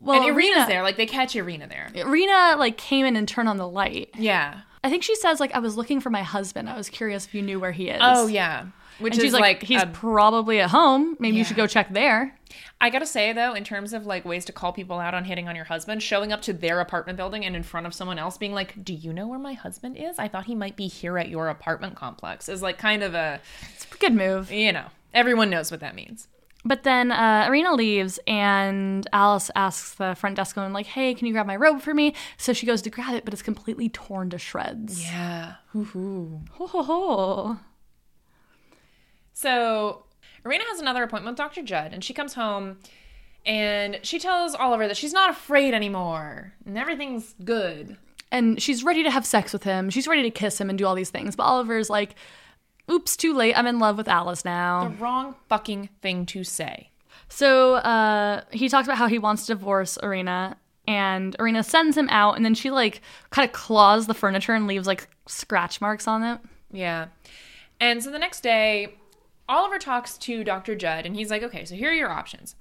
S1: Well,
S2: and Irina's
S1: Irina-
S2: there. Like they catch Irina there.
S1: Rena like came in and turned on the light.
S2: Yeah.
S1: I think she says like I was looking for my husband. I was curious if you knew where he is.
S2: Oh yeah. Which
S1: And she's
S2: is
S1: like,
S2: like,
S1: he's
S2: a-
S1: probably at home. Maybe you should
S2: Yeah.
S1: go check there.
S2: I gotta say though, in terms of like ways to call people out on hitting on your husband, showing up to their apartment building and in front of someone else, being like, "Do you know where my husband is? I thought he might be here at your apartment complex," is like kind of a
S1: It's a good move.
S2: you know everyone knows what that means.
S1: But then uh, Arena leaves, and Alice asks the front desk woman like, "Hey, can you grab my robe for me?" So she goes to grab it, but it's completely torn to shreds.
S2: Yeah. Hoo-hoo.
S1: Ho ho ho!
S2: So Irina has another appointment with Dr. Judd, and she comes home and she tells Oliver that she's not afraid anymore and everything's good.
S1: And she's ready to have sex with him. She's ready to kiss him and do all these things. But Oliver's like, "Oops, too late. I'm in love with Alice now."
S2: The wrong fucking thing to say.
S1: So uh, he talks about how he wants to divorce Arena, and Arena sends him out, and then she like kind of claws the furniture and leaves like scratch marks on it.
S2: Yeah. And so the next day, Oliver talks to Dr. Judd and he's like, okay, so here are your options.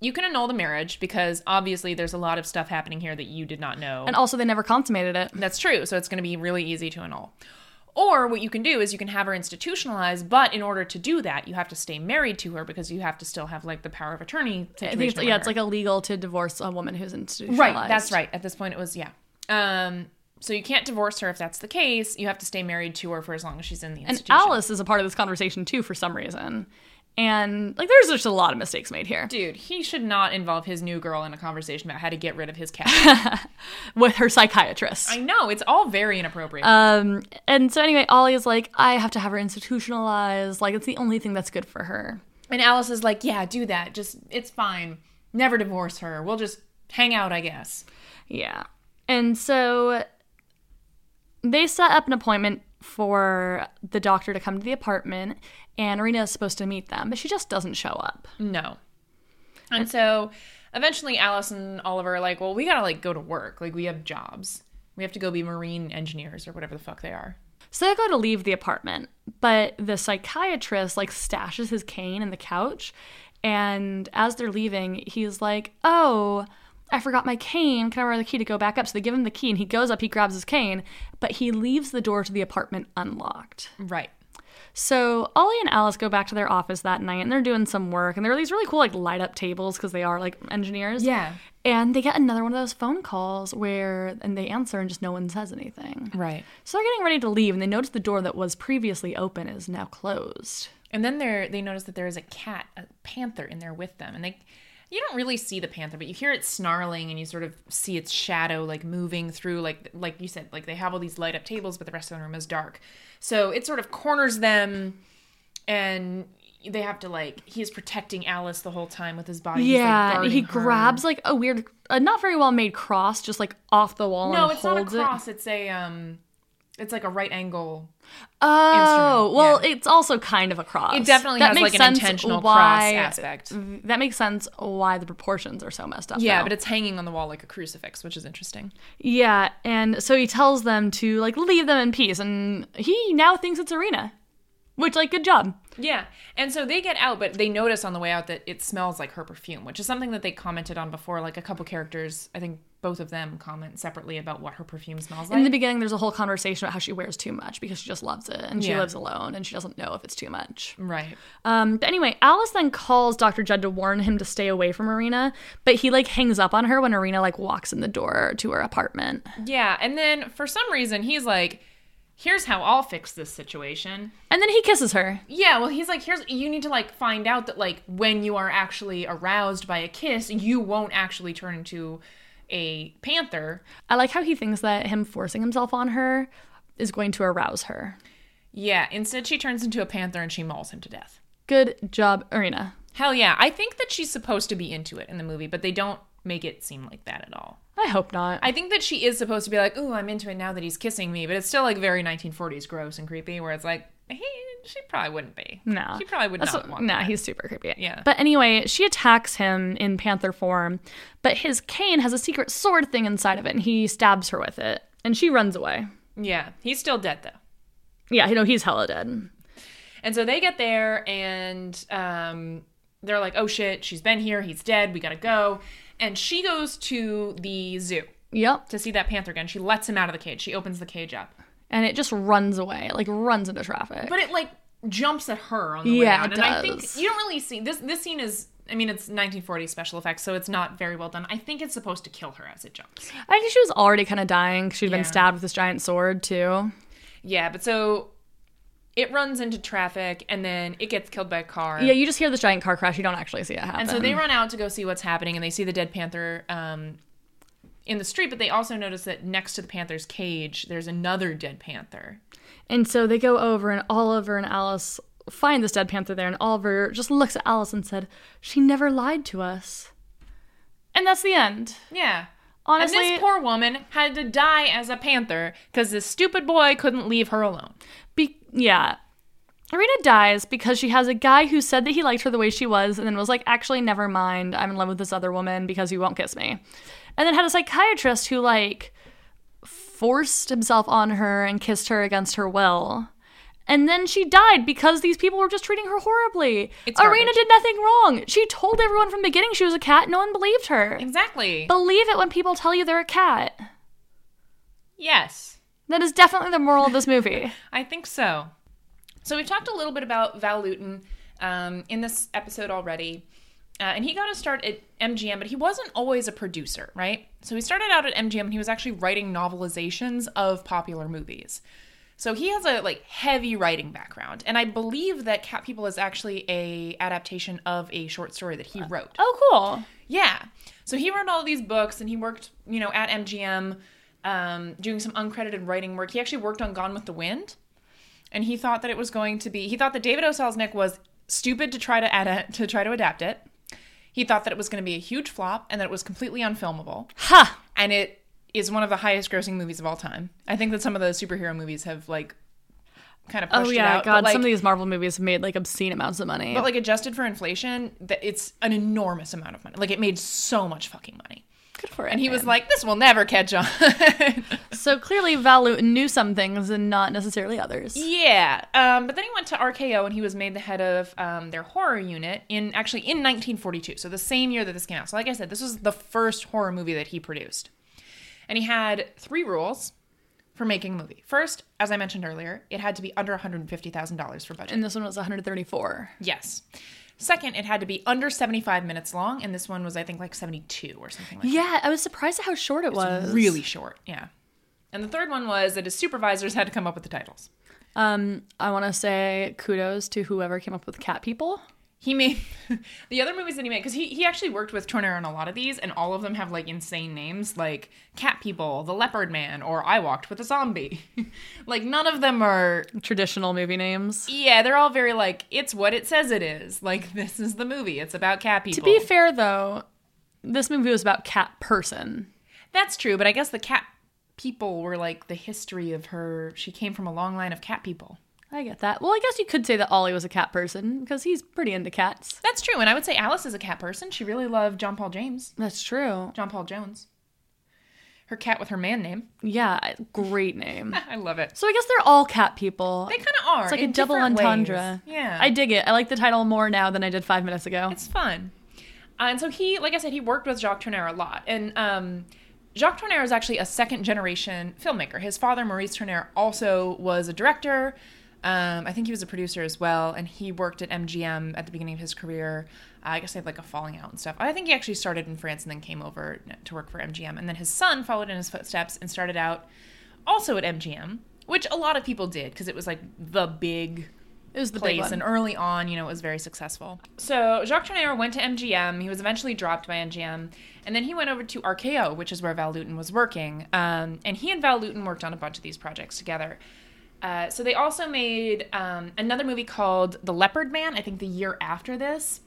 S2: You can annul the marriage because obviously there's a lot of stuff happening here that you did not know.
S1: And also, they never consummated it.
S2: That's true. So it's going to be really easy to annul. Or what you can do is you can have her institutionalized, but in order to do that, you have to stay married to her because you have to still have like the power of attorney.
S1: I
S2: Situation
S1: think it's, yeah, it's
S2: with
S1: like illegal to divorce a woman who's institutionalized.
S2: her. right. That's right. At this point, it was yeah. Um, so you can't divorce her if that's the case. You have to stay married to her for as long as she's in the
S1: And
S2: institution.
S1: Alice is a part of this conversation too for some reason, and like there's just a lot of mistakes made here
S2: Dude, he should not involve his new girl in a conversation about how to get rid of his cat.
S1: with her psychiatrist.
S2: I know it's all very inappropriate.
S1: Um, and so anyway, Ollie's like, I have to have her institutionalized. Like it's the only thing that's good for her.
S2: and Alice is like, "Yeah, do that. Just it's fine. Never divorce her. We'll just hang out, I guess."
S1: Yeah. And so they set up an appointment for the doctor to come to the apartment, and Rena is supposed to meet them, but she just doesn't show up.
S2: No. And so eventually Alice and Oliver are like, well, we gotta like go to work. Like we have jobs. We have to go be marine engineers or whatever the fuck they are.
S1: So they go to leave the apartment, but the psychiatrist like stashes his cane in the couch, and as they're leaving, he's like, "Oh, I forgot my cane. Can I borrow the key to go back up?" So they give him the key, and he goes up. He grabs his cane, but he leaves the door to the apartment unlocked.
S2: Right.
S1: So Ollie and Alice go back to their office that night and they're doing some work and there are these really cool like light up tables because they are like engineers.
S2: Yeah.
S1: And they get another one of those phone calls where and they answer and just no one says anything.
S2: Right.
S1: So they're getting ready to leave and they notice the door that was previously open is now closed.
S2: And then they're they notice that there is a cat, a panther in there with them. And they you don't really see the panther, but you hear it snarling and you sort of see its shadow like moving through like like you said, like they have all these light up tables, but the rest of the room is dark. So it sort of corners them and they have to like he is protecting Alice the whole time with his body. He's, like,
S1: yeah, and he
S2: guarding her.
S1: grabs like a weird, a not very well made cross just like off the wall.
S2: No,
S1: and
S2: it's not a
S1: holds it.
S2: cross. It's a um. It's like a right angle.
S1: Oh,
S2: Instrument,
S1: well,
S2: yeah.
S1: it's also kind of a cross.
S2: It definitely
S1: that
S2: has,
S1: makes
S2: like, an
S1: sense
S2: intentional
S1: why,
S2: cross aspect.
S1: That makes sense why the proportions are so messed up.
S2: Yeah,
S1: now.
S2: but it's hanging on the wall like a crucifix, which is interesting.
S1: yeah, and so he tells them to like leave them in peace, and he now thinks it's Arena, which like good job.
S2: Yeah. And so they get out, but they notice on the way out that it smells like her perfume, which is something that they commented on before. Like a couple characters, I think both of them comment separately about what her perfume smells like.
S1: In the beginning, there's a whole conversation about how she wears too much because she just loves it, and she
S2: Yeah.
S1: lives alone, and she doesn't know if it's too much.
S2: right.
S1: Um, but anyway, Alice then calls Dr. Judd to warn him to stay away from Arena, but he like hangs up on her when Arena like walks in the door to her apartment.
S2: Yeah. And then for some reason, he's like, here's how I'll fix this situation.
S1: And then he kisses her.
S2: Yeah, well, he's like, here's you need to like find out that like when you are actually aroused by a kiss, you won't actually turn into a panther.
S1: I like how he thinks that him forcing himself on her is going to arouse her.
S2: Yeah, instead she turns into a panther and she mauls him to death.
S1: Good job, Arena.
S2: Hell yeah, I think that she's supposed to be into it in the movie, but they don't make it seem like that at all.
S1: I hope not.
S2: I think that she is supposed to be like, "Ooh, I'm into it now that he's kissing me," but it's still like very 1940s gross and creepy where it's like, "He she probably wouldn't be."
S1: no.
S2: She probably would
S1: That's
S2: not
S1: what-
S2: want.
S1: Nah, he's super creepy.
S2: Yeah.
S1: But anyway, she attacks him in panther form, but his cane has a secret sword thing inside of it, and he stabs her with it, and she runs away.
S2: Yeah, he's still dead though.
S1: Yeah, you know, he's hella dead.
S2: And so they get there and um, they're like, oh shit, she's been here. He's dead. We got to go. And she goes to the zoo
S1: Yep.
S2: to see that panther again. She lets him out of the cage. She opens the cage up.
S1: and it just runs away, like runs into traffic.
S2: But it like jumps at her on the way
S1: Yeah,
S2: out.
S1: it
S2: And I think
S1: does.
S2: you don't really see this. This scene is. I mean, it's 1940 special effects, so it's not very well done. I think it's supposed to kill her as it jumps.
S1: I think she was already kind of dying. she had
S2: Yeah.
S1: been stabbed with this giant sword too.
S2: Yeah, but so it runs into traffic and then it gets killed by a car.
S1: Yeah, you just hear this giant car crash. You don't actually see it happen.
S2: And so they run out to go see what's happening, and they see the dead panther um, in the street. But they also notice that next to the panther's cage, there's another dead panther.
S1: and so they go over, and Oliver and Alice find this dead panther there, and Oliver just looks at Alice and said, "She never lied to us." And that's the end.
S2: Yeah.
S1: Honestly,
S2: and this poor woman had to die as a panther because this stupid boy couldn't leave her alone.
S1: be- yeah. Arena dies because she has a guy who said that he liked her the way she was and then was like, actually, never mind. I'm in love with this other woman because you won't kiss me. And then had a psychiatrist who, like, forced himself on her and kissed her against her will. And then she died because these people were just treating her horribly.
S2: It's
S1: Arena
S2: garbage.
S1: did nothing wrong. She told everyone from the beginning she was a cat. No one believed her.
S2: Exactly.
S1: Believe it when people tell you they're a cat.
S2: yes,
S1: That is definitely the moral of this movie.
S2: I think so. So we've talked a little bit about Val Luton um, in this episode already. Uh, and he got a start at MGM, but he wasn't always a producer, right? So he started out at MGM and he was actually writing novelizations of popular movies. So he has a like heavy writing background, and I believe that Cat People is actually a adaptation of a short story that he wrote.
S1: Oh, cool.
S2: Yeah. So he wrote all these books and he worked, you know, at MGM um, doing some uncredited writing work. He actually worked on Gone with the Wind. And he thought that it was going to be he thought that David O. Selznick was stupid to try to add to try to adapt it. He thought that it was going to be a huge flop and that it was completely unfilmable.
S1: Ha!
S2: And it is one of the highest grossing movies of all time. I think that some of the superhero movies have like kind of pushed
S1: Oh
S2: it
S1: yeah,
S2: out. but,
S1: God!
S2: like,
S1: some of these Marvel movies have made like obscene amounts of money.
S2: but like adjusted for inflation, that it's an enormous amount of money. Like it made so much fucking money.
S1: Good for it.
S2: And he was like, this will never catch on.
S1: so clearly Valu knew some things and not necessarily others.
S2: yeah. Um, but then he went to RKO and he was made the head of um, their horror unit in actually in 1942. So the same year that this came out. So, like I said, this was the first horror movie that he produced. And he had three rules for making a movie. First, as I mentioned earlier, it had to be under $150,000 for budget.
S1: And this one was 134.
S2: yes. Second, it had to be under 75 minutes long. And this one was, I think, like 72 or something like that.
S1: Yeah, I was surprised at how short it was.
S2: Really short. Yeah. And the third one was that his supervisors had to come up with the titles.
S1: Um, I want to say kudos to whoever came up with Cat People.
S2: he made the other movies that he made because he, he actually worked with Turner on a lot of these and all of them have like insane names like cat people the leopard man or i walked with a zombie like none of them are
S1: Traditional movie names.
S2: yeah they're all very like it's what it says it is like this is the movie it's about cat people
S1: To be fair, though, this movie was about cat person.
S2: that's true but i guess the cat people were like the history of her. She came from a long line of cat people.
S1: I get that. Well, I guess you could say that Ollie was a cat person because he's pretty into cats.
S2: That's true. And I would say Alice is a cat person. She really loved John Paul James,
S1: That's true.
S2: John Paul Jones. Her cat with her man name.
S1: Yeah, I- great name.
S2: I love it.
S1: so I guess they're all cat people.
S2: They kind of are.
S1: it's like
S2: in
S1: a double
S2: different
S1: entendre.
S2: ways. Yeah.
S1: I dig it. I like the title more now than I did five minutes ago.
S2: It's fun. Uh, and so he, like I said, he worked with Jacques Tourneur a lot. And um, Jacques Tourneur is actually a second generation filmmaker. His father, Maurice Tourneur, also was a director. Um, I think he was a producer as well. And he worked at MGM at the beginning of his career. Uh, I guess they had like a falling out and stuff. I think he actually started in France and then came over to work for MGM. And then his son followed in his footsteps and started out also at MGM, which a lot of people did because it was like the big
S1: it was the big
S2: place
S1: one.
S2: and early on you know it was very successful so jacques tourneur went to mgm he was eventually dropped by mgm and then he went over to rko which is where val luton was working um, and he and val luton worked on a bunch of these projects together uh, so they also made um, another movie called the leopard man i think the year after this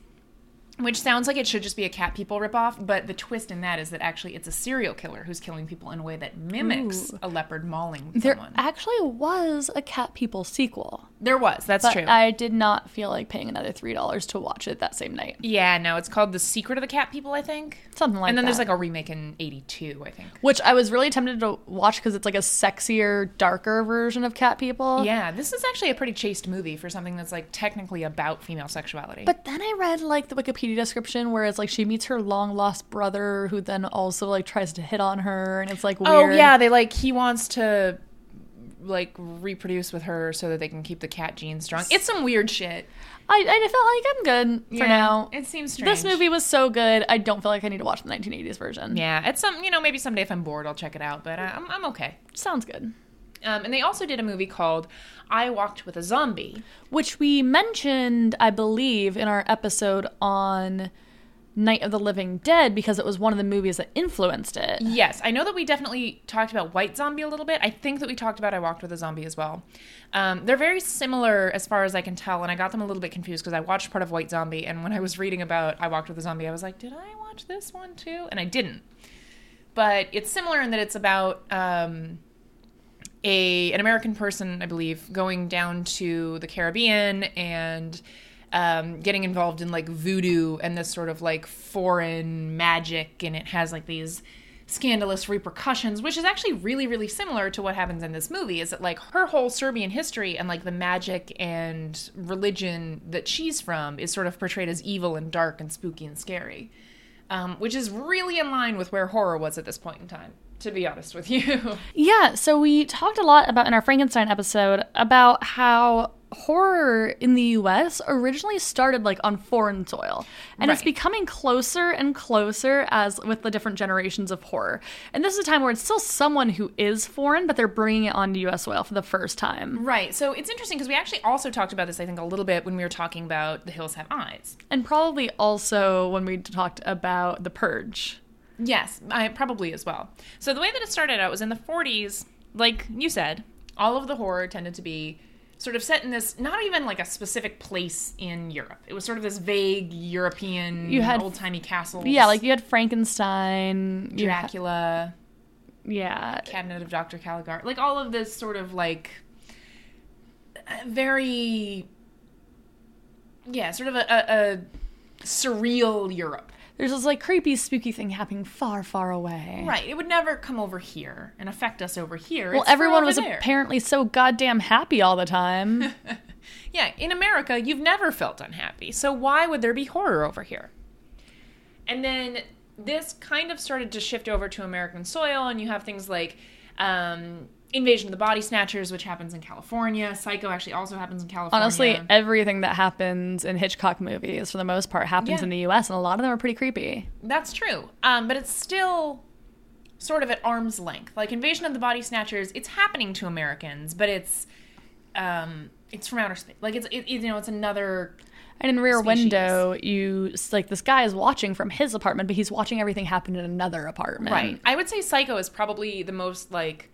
S2: which sounds like it should just be a cat people ripoff, but the twist in that is that actually it's a serial killer who's killing people in a way that mimics
S1: Ooh.
S2: a leopard mauling
S1: there
S2: someone.
S1: actually was a cat people sequel,
S2: there was, that's
S1: but
S2: true.
S1: I did not feel like paying another three dollars to watch it that same night.
S2: Yeah, no, it's called The Secret of the Cat People, I think.
S1: Something like
S2: and then
S1: that.
S2: there's like a remake in 82, I think.
S1: which I was really tempted to watch because it's like a sexier, darker version of Cat People.
S2: Yeah, this is actually a pretty chaste movie for something that's like technically about female sexuality.
S1: But then I read like the Wikipedia description where it's like she meets her long lost brother who then also like tries to hit on her and it's like weird.
S2: oh yeah, they like he wants to like reproduce with her so that they can keep the cat gene strong. It's some weird shit.
S1: I, I felt like I'm good for
S2: Yeah,
S1: now.
S2: it seems strange.
S1: This movie was so good. I don't feel like I need to watch the 1980s version.
S2: Yeah, it's some you know maybe someday if I'm bored I'll check it out, but I- I'm I'm okay.
S1: Sounds good.
S2: Um, and they also did a movie called I Walked with a Zombie.
S1: Which we mentioned, I believe, in our episode on Night of the Living Dead because it was one of the movies that influenced it.
S2: Yes, I know that we definitely talked about White Zombie a little bit. I think that we talked about I Walked with a Zombie as well. Um, they're very similar as far as I can tell, and I got them a little bit confused because I watched part of White Zombie, and when I was reading about I Walked with a Zombie, I was like, did I watch this one too? And I didn't. But it's similar in that it's about um, a an American person, I believe, going down to the Caribbean and um, getting involved in like voodoo and this sort of like foreign magic, and it has like these scandalous repercussions, which is actually really, really similar to what happens in this movie. Is that like her whole Serbian history and like the magic and religion that she's from is sort of portrayed as evil and dark and spooky and scary um, which is really in line with where horror was at this point in time. To be honest with you,
S1: Yeah, so we talked a lot about in our Frankenstein episode about how horror in the US originally started like on foreign soil. And it's
S2: Right.
S1: becoming closer and closer as with the different generations of horror. And this is a time where it's still someone who is foreign, but they're bringing it onto US soil for the first time.
S2: right? So it's interesting because we actually also talked about this, I think, a little bit when we were talking about The Hills Have Eyes.
S1: And probably also when we talked about The Purge.
S2: Yes, I probably as well. So the way that it started out was in the 40s, like you said, all of the horror tended to be sort of set in this not even like a specific place in Europe. It was sort of this vague European,
S1: You had-
S2: old-timey castles.
S1: Yeah, like you had Frankenstein, you had-
S2: Dracula.
S1: yeah.
S2: cabinet of Dr. Caligari. Like all of this sort of like uh, very yeah, sort of a, a, a surreal Europe.
S1: There's this like creepy spooky thing happening far far away.
S2: Right. It would never come over here and affect us over here.
S1: Well,
S2: It's
S1: everyone
S2: over
S1: was
S2: there.
S1: apparently so goddamn happy all the time.
S2: Yeah, in America, you've never felt unhappy. So why would there be horror over here? And then this kind of started to shift over to American soil, and you have things like um, Invasion of the Body Snatchers, which happens in California. Psycho actually also happens in California.
S1: Honestly, everything that happens in Hitchcock movies, for the most part, happens
S2: Yeah.
S1: in the U.S., and a lot of them are pretty creepy.
S2: That's true. Um, but it's still sort of at arm's length. Like Invasion of the Body Snatchers, it's happening to Americans, but it's um, it's from outer space. Like it's it, you know it's another
S1: And in Rear
S2: Species.
S1: Window, you it's like this guy is watching from his apartment, but he's watching everything happen in another apartment.
S2: I would say Psycho is probably the most like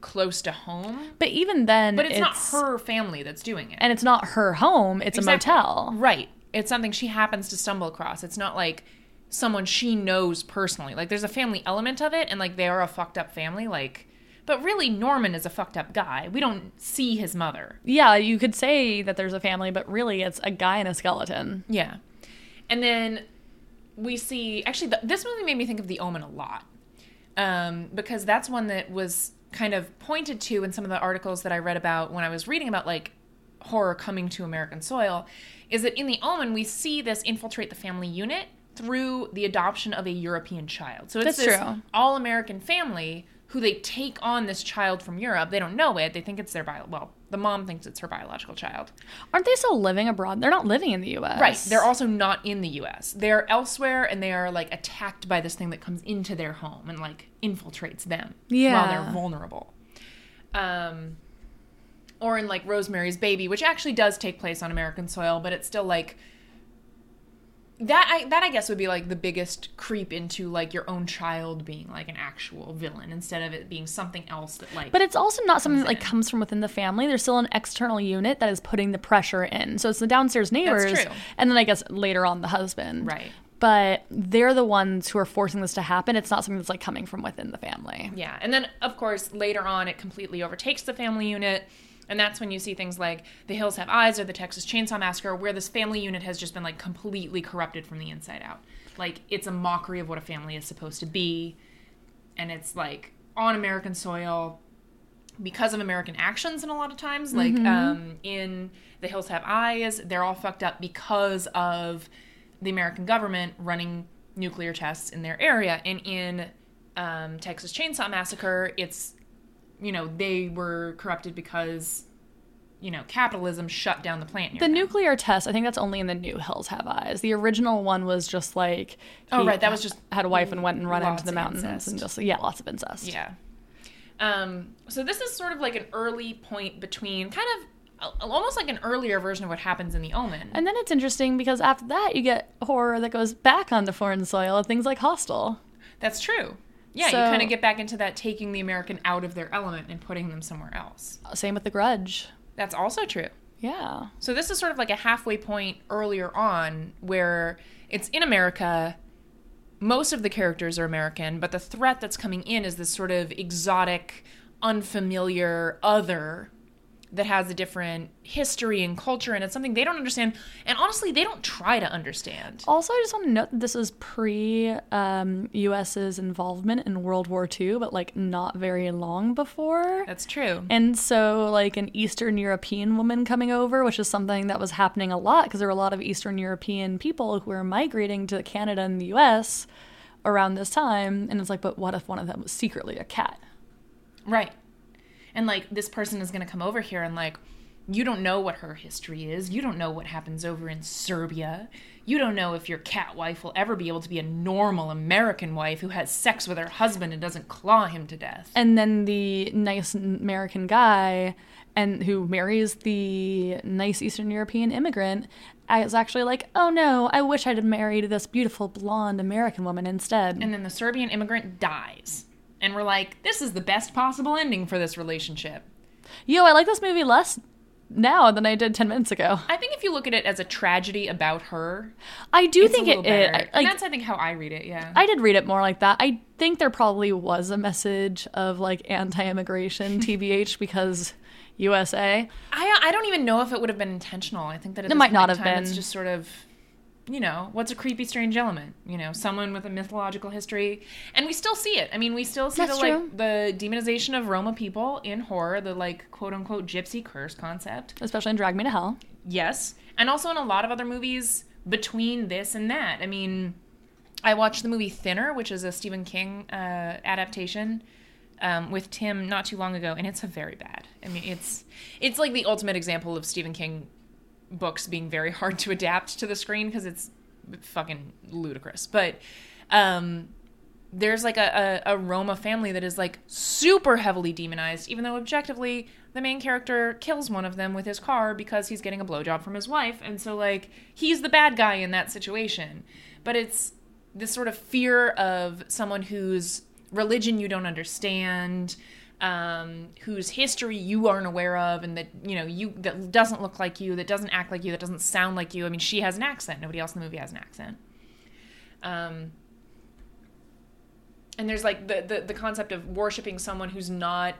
S2: close to home,
S1: But even then,
S2: but it's, not her family that's doing it.
S1: and it's not her home. It's
S2: Exactly.
S1: a motel.
S2: Right. It's something she happens to stumble across. It's not like someone she knows personally. Like there's a family element of it, and like they are a fucked up family. Like, but really Norman is a fucked up guy. We don't see his mother.
S1: Yeah, you could say that there's a family, but really it's a guy and a skeleton.
S2: Yeah, and then we see actually th- this movie made me think of The Omen a lot um, because that's one that was kind of pointed to in some of the articles that I read about when I was reading about like horror coming to American soil is that in The Omen we see this infiltrate the family unit through the adoption of a European child. So
S1: That's
S2: it's this
S1: true.
S2: all American family who they take on this child from Europe. They don't know it. They think it's their bio well, the mom thinks it's her biological child.
S1: Aren't they still living abroad? They're not living in the US.
S2: Right. They're also not in the US. They're elsewhere and they are like attacked by this thing that comes into their home and like infiltrates them while
S1: Yeah.
S2: they're vulnerable. Um or in like Rosemary's Baby, which actually does take place on American soil, but it's still like that I that I guess would be like the biggest creep into like your own child being like an actual villain instead of it being something else that like
S1: But it's also not something that like
S2: in.
S1: comes from within the family. There's still an external unit that is putting the pressure in. So it's the downstairs neighbors
S2: true.
S1: and then I guess later on the husband.
S2: Right.
S1: But they're the ones who are forcing this to happen. It's not something that's like coming from within the family.
S2: Yeah. And then, of course, later on, it completely overtakes the family unit. And that's when you see things like The Hills Have Eyes or The Texas Chainsaw Massacre, where this family unit has just been like completely corrupted from the inside out. Like, it's a mockery of what a family is supposed to be. And it's like on American soil because of American actions, and a lot of times, like
S1: Mm-hmm.
S2: um, in The Hills Have Eyes, they're all fucked up because of the American government running nuclear tests in their area. And in um, Texas Chainsaw Massacre, it's, you know, they were corrupted because, you know, capitalism shut down the plant. near
S1: The
S2: them.
S1: nuclear test, I think that's only in the new Hills Have Eyes. The original one was just like
S2: Oh,
S1: he
S2: right, that was just
S1: had a wife and went and run
S2: lots
S1: into the
S2: of
S1: mountains
S2: incest.
S1: and just yeah, lots of incest.
S2: Yeah. Um, so this is sort of like an early point between kind of al- almost like an earlier version of what happens in The Omen.
S1: And then it's interesting because after that you get horror that goes back onto foreign soil of things like Hostel.
S2: That's true. Yeah, you
S1: So-
S2: kind of get back into that taking the American out of their element and putting them somewhere else.
S1: Same with The Grudge.
S2: That's also true.
S1: Yeah.
S2: So this is sort of like a halfway point earlier on where it's in America. Most of the characters are American, but the threat that's coming in is this sort of exotic, unfamiliar other that has a different history and culture, and it's something they don't understand. And honestly, they don't try to understand.
S1: Also, I just want to note that this is pre um, US's involvement in World War II, but like not very long before.
S2: That's true.
S1: And so, like, an Eastern European woman coming over, which is something that was happening a lot because there were a lot of Eastern European people who were migrating to Canada and the US around this time. And it's like, but what if one of them was secretly a cat?
S2: Right. And like this person is going to come over here and like you don't know what her history is. You don't know what happens over in Serbia. You don't know if your cat wife will ever be able to be a normal American wife who has sex with her husband and doesn't claw him to death.
S1: And then the nice American guy and who marries the nice Eastern European immigrant is actually like, oh no, I wish I'd have married this beautiful blonde American woman instead.
S2: And then the Serbian immigrant dies. And we're like, this is the best possible ending for this relationship.
S1: Yo, I like this movie less now than I did 10 minutes ago.
S2: I think if you look at it as a tragedy about her,
S1: I do
S2: it's
S1: think
S2: a
S1: it,
S2: little
S1: it
S2: better.
S1: I-
S2: and
S1: like,
S2: that's I think how I read it. Yeah.
S1: I did read it more like that. I think there probably was a message of like anti-immigration TBH because USA.
S2: I I don't even know if it would have been intentional. I think that at
S1: It
S2: this
S1: might
S2: point
S1: not
S2: in
S1: have
S2: time,
S1: been.
S2: It's just sort of, you know, what's a creepy, strange element? You know, someone with a mythological history, and we still see it. I mean, we still see
S1: That's
S2: the
S1: true.
S2: like the demonization of Roma people in horror, the like quote unquote gypsy curse concept.
S1: Especially in Drag Me to Hell.
S2: Yes, and also in a lot of other movies between this and that. I mean, I watched the movie Thinner, which is a Stephen King uh, adaptation. Um, with Tim not too long ago, and it's a very bad. I mean, it's it's like the ultimate example of Stephen King books being very hard to adapt to the screen because it's fucking ludicrous. But um, there's like a, a, a Roma family that is like super heavily demonized, even though objectively the main character kills one of them with his car because he's getting a blowjob from his wife. And so, like, he's the bad guy in that situation. But it's this sort of fear of someone whose religion you don't understand. Um, whose history you aren't aware of, and that you know you that doesn't look like you, that doesn't act like you, that doesn't sound like you. I mean, she has an accent. Nobody else in the movie has an accent. Um, and there's like the, the the concept of worshiping someone who's not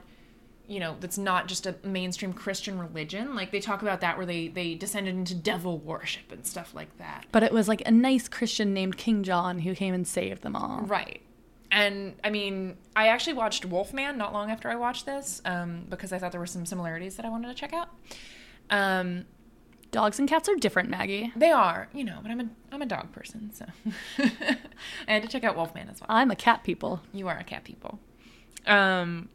S2: you know that's not just a mainstream christian religion like they talk about that where they they descended into devil worship and stuff like that
S1: But it was like a nice Christian named King John who came and saved them all.
S2: Right. And I mean, I actually watched Wolfman not long after I watched this um, because I thought there were some similarities that I wanted to check out. Um,
S1: Dogs and cats are different, Maggie.
S2: they are, you know, but I'm a I'm a dog person, so I had to check out Wolfman as well.
S1: I'm a cat people.
S2: You are a cat people. Um,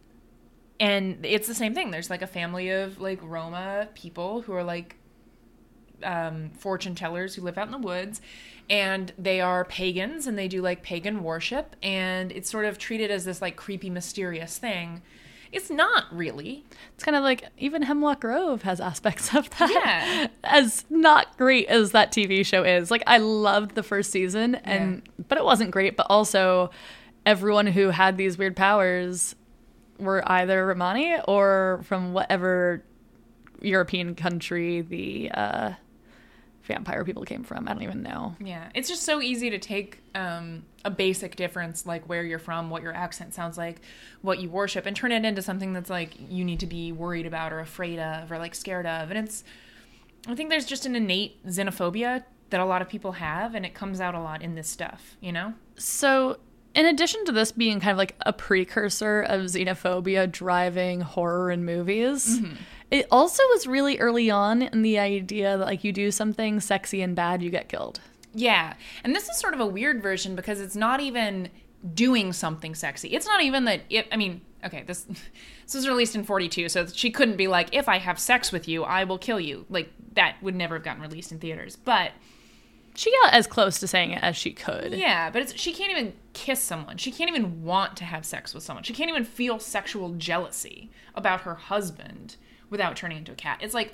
S2: and it's the same thing. There's like a family of like Roma people who are like um, fortune tellers who live out in the woods, and they are pagans and they do like pagan worship, and it's sort of treated as this like creepy, mysterious thing. It's not really.
S1: It's kind of like even Hemlock Grove has aspects of that.
S2: Yeah.
S1: As not great as that TV show is. Like I loved the first season and but it wasn't great, but also everyone who had these weird powers were either Romani or from whatever European country the uh, vampire people came from. I don't even know.
S2: Yeah, it's just so easy to take um, a basic difference, like where you're from, what your accent sounds like, what you worship, and turn it into something that's like you need to be worried about or afraid of or like scared of. And it's, I think there's just an innate xenophobia that a lot of people have, and it comes out a lot in this stuff, you know?
S1: So, in addition to this being kind of like a precursor of xenophobia driving horror in movies,
S2: Mm-hmm.
S1: it also was really early on in the idea that like you do something sexy and bad, you get killed.
S2: Yeah. And this is sort of a weird version because it's not even doing something sexy. It's not even that it I mean, okay, this this was released in 42, so she couldn't be like if I have sex with you, I will kill you. Like that would never have gotten released in theaters. But
S1: She got as close to saying it as she could.
S2: yeah, but it's she can't even kiss someone. She can't even want to have sex with someone. She can't even feel sexual jealousy about her husband without turning into a cat. It's like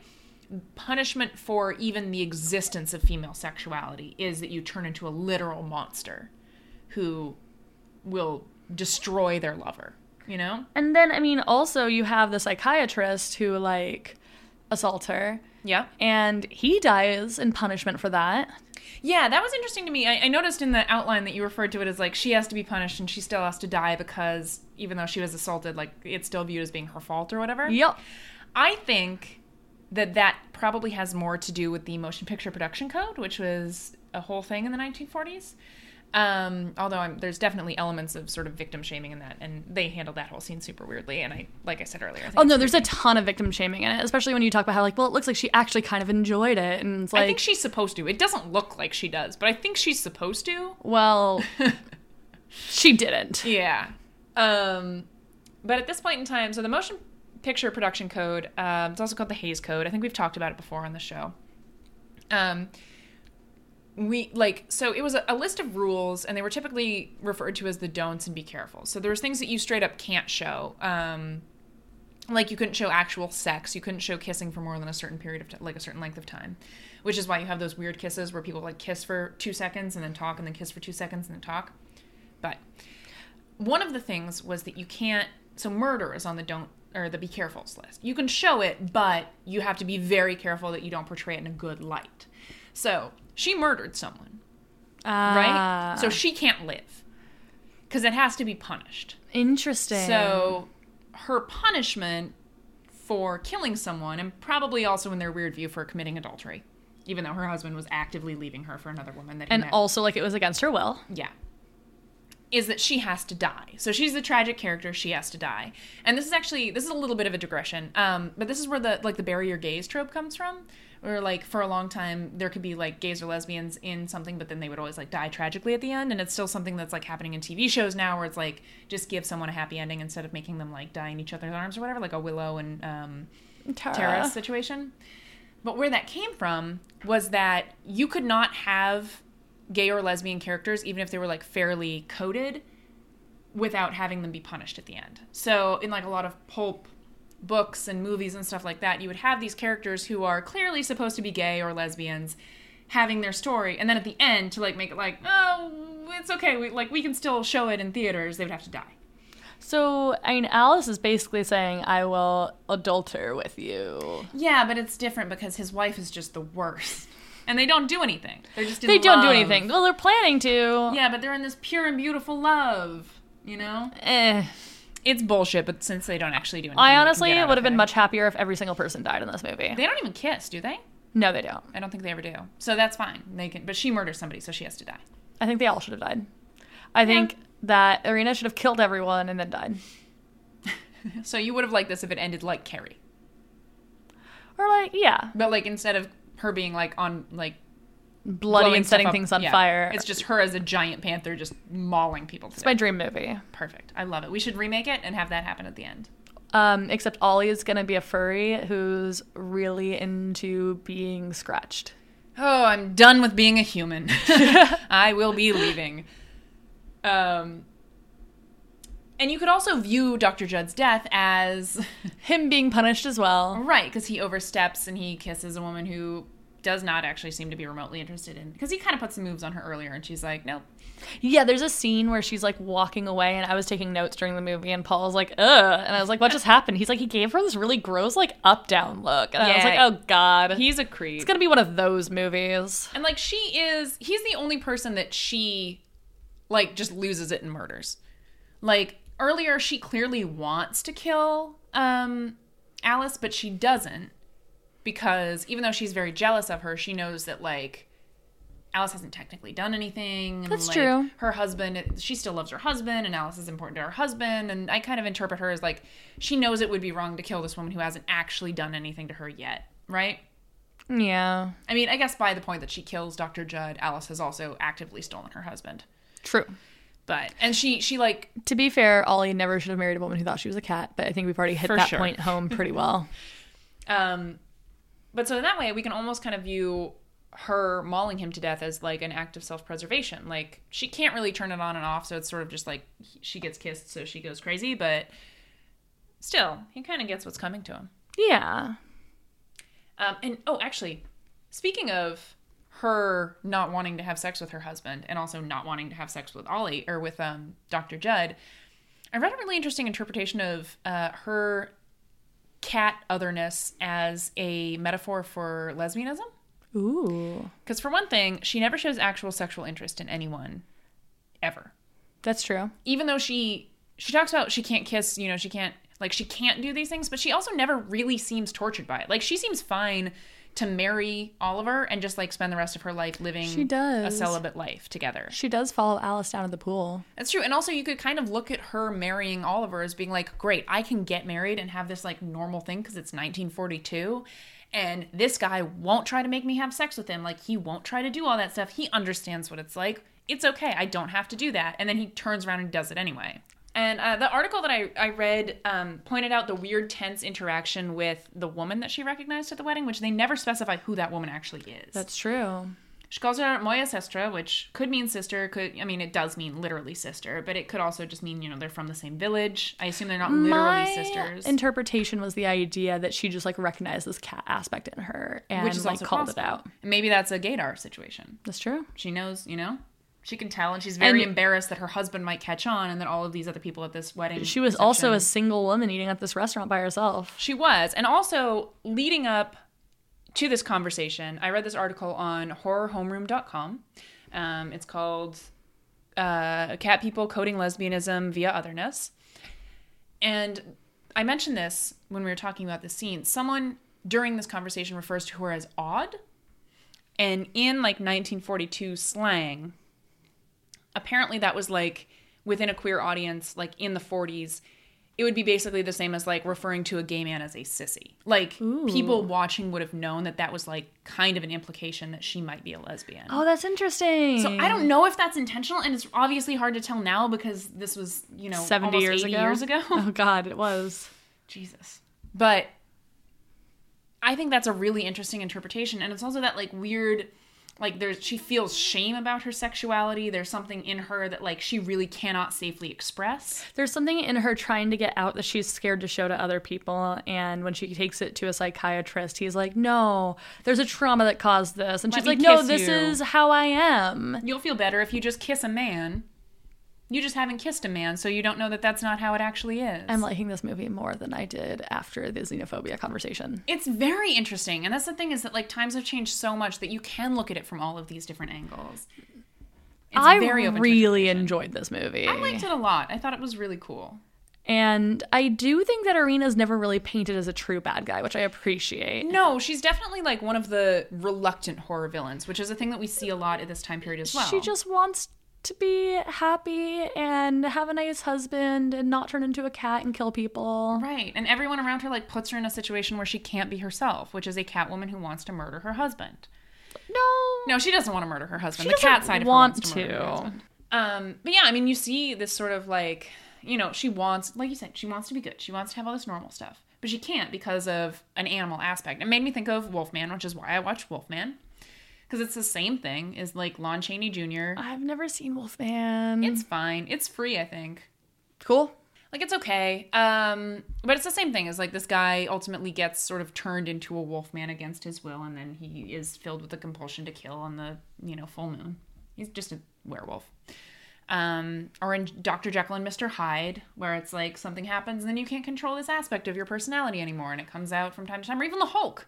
S2: punishment for even the existence of female sexuality is that you turn into a literal monster who will destroy their lover, you know?
S1: And then, I mean, also you have the psychiatrist who like assaults her,
S2: Yeah.
S1: and he dies in punishment for that.
S2: Yeah, that was interesting to me. I, I noticed in the outline that you referred to it as like she has to be punished and she still has to die because even though she was assaulted, like it's still viewed as being her fault or whatever.
S1: Yup.
S2: I think that that probably has more to do with the motion picture production code, which was a whole thing in the 1940s. Um, although I'm, there's definitely elements of sort of victim shaming in that, and they handled that whole scene super weirdly. And I, like I said earlier, I think,
S1: Oh no, there's a ton of victim shaming in it, especially when you talk about how like, well, it looks like she actually kind of enjoyed it, and it's like,
S2: I think she's supposed to. It doesn't look like she does, but I think she's supposed to.
S1: well, she didn't.
S2: Yeah. Um, but at this point in time, so the motion picture production code, um, it's also called the Hayes Code. I think we've talked about it before on the show. Um, we like so it was a, a list of rules, and they were typically referred to as the don'ts and be careful. So there was things that you straight up can't show. Um, like you couldn't show actual sex, you couldn't show kissing for more than a certain period of t- like a certain length of time, which is why you have those weird kisses where people like kiss for two seconds and then talk and then kiss for two seconds and then talk. But one of the things was that you can't so murder is on the don't or the be carefuls list you can show it but you have to be very careful that you don't portray it in a good light so she murdered someone
S1: Uh,
S2: right
S1: Ah.
S2: so she can't live because it has to be punished
S1: interesting.
S2: so her punishment for killing someone and probably also in their weird view for committing adultery even though her husband was actively leaving her for another woman that he
S1: and
S2: met.
S1: also like it was against her will.
S2: Yeah. Is that she has to die. So she's the tragic character, she has to die. And this is actually this is a little bit of a digression. Um, but this is where the like the barrier gays trope comes from. Where like for a long time there could be like gays or lesbians in something, but then they would always like die tragically at the end, and it's still something that's like happening in TV shows now where it's like just give someone a happy ending instead of making them like die in each other's arms or whatever, like a willow and um
S1: Tara.
S2: terrorist situation. But where that came from was that you could not have gay or lesbian characters, even if they were like fairly coded, without having them be punished at the end. So in like a lot of pulp books and movies and stuff like that, you would have these characters who are clearly supposed to be gay or lesbians having their story, and then at the end to like make it like, oh, it's okay, we like we can still show it in theaters. They would have to die.
S1: So I mean, Alice is basically saying, "I will adulter with you."
S2: Yeah, but it's different because his wife is just the worst. and they don't do anything. They're just in
S1: They don't do
S2: love.
S1: anything. Well, they're planning to.
S2: Yeah, but they're in this pure and beautiful love. You know,
S1: Eh.
S2: it's bullshit. But since they don't actually do anything,
S1: I honestly would have been
S2: much.
S1: much happier if every single person died in this movie.
S2: They don't even kiss, do they?
S1: No, they don't.
S2: I don't think they ever do. So that's fine. They can, but she murders somebody, so she has to die.
S1: I think they all should have died. I think that Arena should have killed everyone and then died.
S2: So you would have liked this if it ended like Carrie,
S1: Or like, yeah,
S2: but like instead of her being like on like
S1: bloody
S2: blowing
S1: and
S2: stuff
S1: setting
S2: up-
S1: things on
S2: yeah,
S1: fire.
S2: It's just her as a giant panther just mauling people. To
S1: It's
S2: death.
S1: my dream movie.
S2: Perfect. I love it. We should remake it and have that happen at the end.
S1: Um, except Ollie is gonna be a furry who's really into being scratched.
S2: Oh, I'm done with being a human. I will be leaving. Um, and you could also view Dr. Judd's death as
S1: Him being punished as well.
S2: right because he oversteps and he kisses a woman who does not actually seem to be remotely interested in because he kind of put some moves on her earlier and she's like, nope.
S1: Yeah, there's a scene where she's like walking away, and I was taking notes during the movie, and Paul's like, "Ugh," and I was like, "What just happened?" He's like, he gave her this really gross like up down look, and I was
S2: Yeah.
S1: like, "Oh God."
S2: He's a creep.
S1: it's gonna be one of those movies.
S2: And like she is he's the only person that she like just loses it and murders. Like earlier she clearly wants to kill um Alice but she doesn't because even though she's very jealous of her, she knows that like Alice hasn't technically done anything. and,
S1: That's
S2: like,
S1: true.
S2: Her husband, she still loves her husband, and Alice is important to her husband. And I kind of interpret her as like, she knows it would be wrong to kill this woman who hasn't actually done anything to her yet, right?
S1: Yeah,
S2: I mean, I guess by the point that she kills Dr. Judd, Alice has also actively stolen her husband.
S1: true.
S2: But and she she like
S1: To be fair, Ollie never should have married a woman who thought she was a cat, but I think we've already hit
S2: For
S1: that
S2: sure.
S1: point home pretty well.
S2: um but so in that way we can almost kind of view her mauling him to death as like an act of self-preservation. Like she can't really turn it on and off, so it's sort of just like he- she gets kissed so she goes crazy, but still, he kind of gets what's coming to him.
S1: yeah.
S2: Um, and oh, actually, speaking of her not wanting to have sex with her husband and also not wanting to have sex with Ollie or with um, Dr. Judd, I read a really interesting interpretation of uh, her cat otherness as a metaphor for lesbianism.
S1: Ooh.
S2: Because, for one thing, she never shows actual sexual interest in anyone ever
S1: That's true.
S2: even though she she talks about she can't kiss, you know, she can't like she can't do these things, but she also never really seems tortured by it. Like she seems fine to marry Oliver and just like spend the rest of her life living
S1: She does.
S2: a celibate life together.
S1: She does follow Alice down to the pool.
S2: That's true. And also you could kind of look at her marrying Oliver as being like, "Great, I can get married and have this like normal thing cuz it's 1942." And this guy won't try to make me have sex with him. Like, he won't try to do all that stuff. He understands what it's like. It's okay. I don't have to do that. And then he turns around and does it anyway. And uh, the article that I, I read um, pointed out the weird, tense interaction with the woman that she recognized at the wedding, which they never specify who that woman actually is.
S1: That's true.
S2: She calls her Moya Sestra, which could mean sister. Could I mean it does mean literally sister, but it could also just mean you know they're from the same village. I assume they're not literally
S1: My
S2: sisters.
S1: interpretation was the idea that she just like recognized this cat aspect in her and
S2: Which is
S1: like
S2: also
S1: called
S2: possible.
S1: it out.
S2: Maybe that's a Gadar situation.
S1: That's true.
S2: She knows, you know, she can tell, and she's very
S1: And-
S2: embarrassed that her husband might catch on, and that all of these other people at this wedding.
S1: She was also a
S2: reception-
S1: single woman eating at this restaurant by herself.
S2: She was. And also, leading up to this conversation, I read this article on horrorhomeroom.com. Um, it's called uh, Cat People Coding Lesbianism Via Otherness. And I mentioned this when we were talking about the scene. Someone during this conversation refers to her as odd. And in like 1942 slang, apparently that was like within a queer audience, like in the 40s, it would be basically the same as like referring to a gay man as a sissy. Like people watching would have known that that was like kind of an implication that she might be a lesbian.
S1: Oh, that's interesting.
S2: So I don't know if that's intentional, and it's obviously hard to tell now because this was, you know,
S1: 70
S2: almost
S1: years
S2: 80
S1: ago.
S2: years ago.
S1: Oh god, it was.
S2: Jesus. But I think that's a really interesting interpretation, and it's also that like weird, like there's she feels shame about her sexuality. There's something in her that like she really cannot safely express.
S1: There's something in her trying to get out that she's scared to show to other people. And when she takes it to a psychiatrist, he's like, No, there's a trauma that caused this. And
S2: Let
S1: she's
S2: me
S1: like, No,
S2: kiss
S1: this
S2: you."
S1: is how I am.
S2: You'll feel better if you just kiss a man. You just haven't kissed a man, so you don't know that that's not how it actually is.
S1: I'm liking this movie more than I did after the xenophobia conversation.
S2: it's very interesting, and that's the thing is that like times have changed so much that you can look at it from all of these different angles. It's
S1: I
S2: open to
S1: really
S2: interpretation.
S1: enjoyed this movie.
S2: I liked it a lot. I thought it was really cool.
S1: And I do think that Arena's never really painted as a true bad guy, which I appreciate.
S2: No, she's definitely like one of the reluctant horror villains, which is a thing that we see a lot at this time period as well.
S1: She just wants to be happy and have a nice husband and not turn into a cat and kill people.
S2: Right. And everyone around her like puts her in a situation where she can't be herself, which is a catwoman who wants to murder her husband.
S1: No.
S2: No, she doesn't want to murder her husband. the
S1: doesn't
S2: cat side of her
S1: want
S2: wants to. Murder her
S1: to.
S2: husband. um, but yeah, I mean, you see this sort of like, you know, she wants, like you said, she wants to be good. She wants to have all this normal stuff, but she can't because of an animal aspect. It made me think of Wolfman, which is why I watched Wolfman, because it's the same thing. Is like Lon Chaney Jr.
S1: I've never seen Wolfman.
S2: It's fine. It's free, I think.
S1: cool.
S2: like it's okay um but it's the same thing as like this guy ultimately gets sort of turned into a wolf man against his will and then he is filled with the compulsion to kill on the you know full moon he's just a werewolf um or in dr jekyll and mr hyde where it's like something happens and then you can't control this aspect of your personality anymore and it comes out from time to time or even the hulk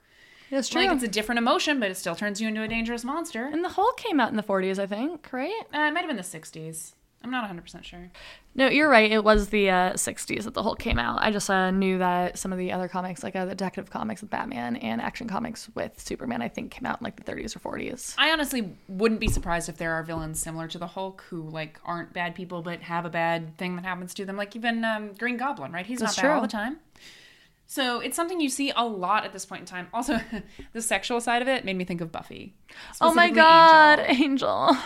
S1: It's true.
S2: like it's a different emotion but it still turns you into a dangerous monster
S1: and the Hulk came out in the 40s, I think, right?
S2: uh, it might have been the 60s i'm not 100% sure
S1: No, you're right. It was the uh, 60s that the Hulk came out. I just uh, knew that some of the other comics, like uh, the Detective Comics with Batman and Action Comics with Superman, I think came out in like the 30s or 40s.
S2: I honestly wouldn't be surprised if there are villains similar to the Hulk who like aren't bad people but have a bad thing that happens to them. Like even um, Green Goblin, right? He's
S1: That's
S2: not bad all
S1: true.
S2: the time. So it's something you see a lot at this point in time. Also, the sexual side of it made me think of Buffy.
S1: Oh my god, Angel.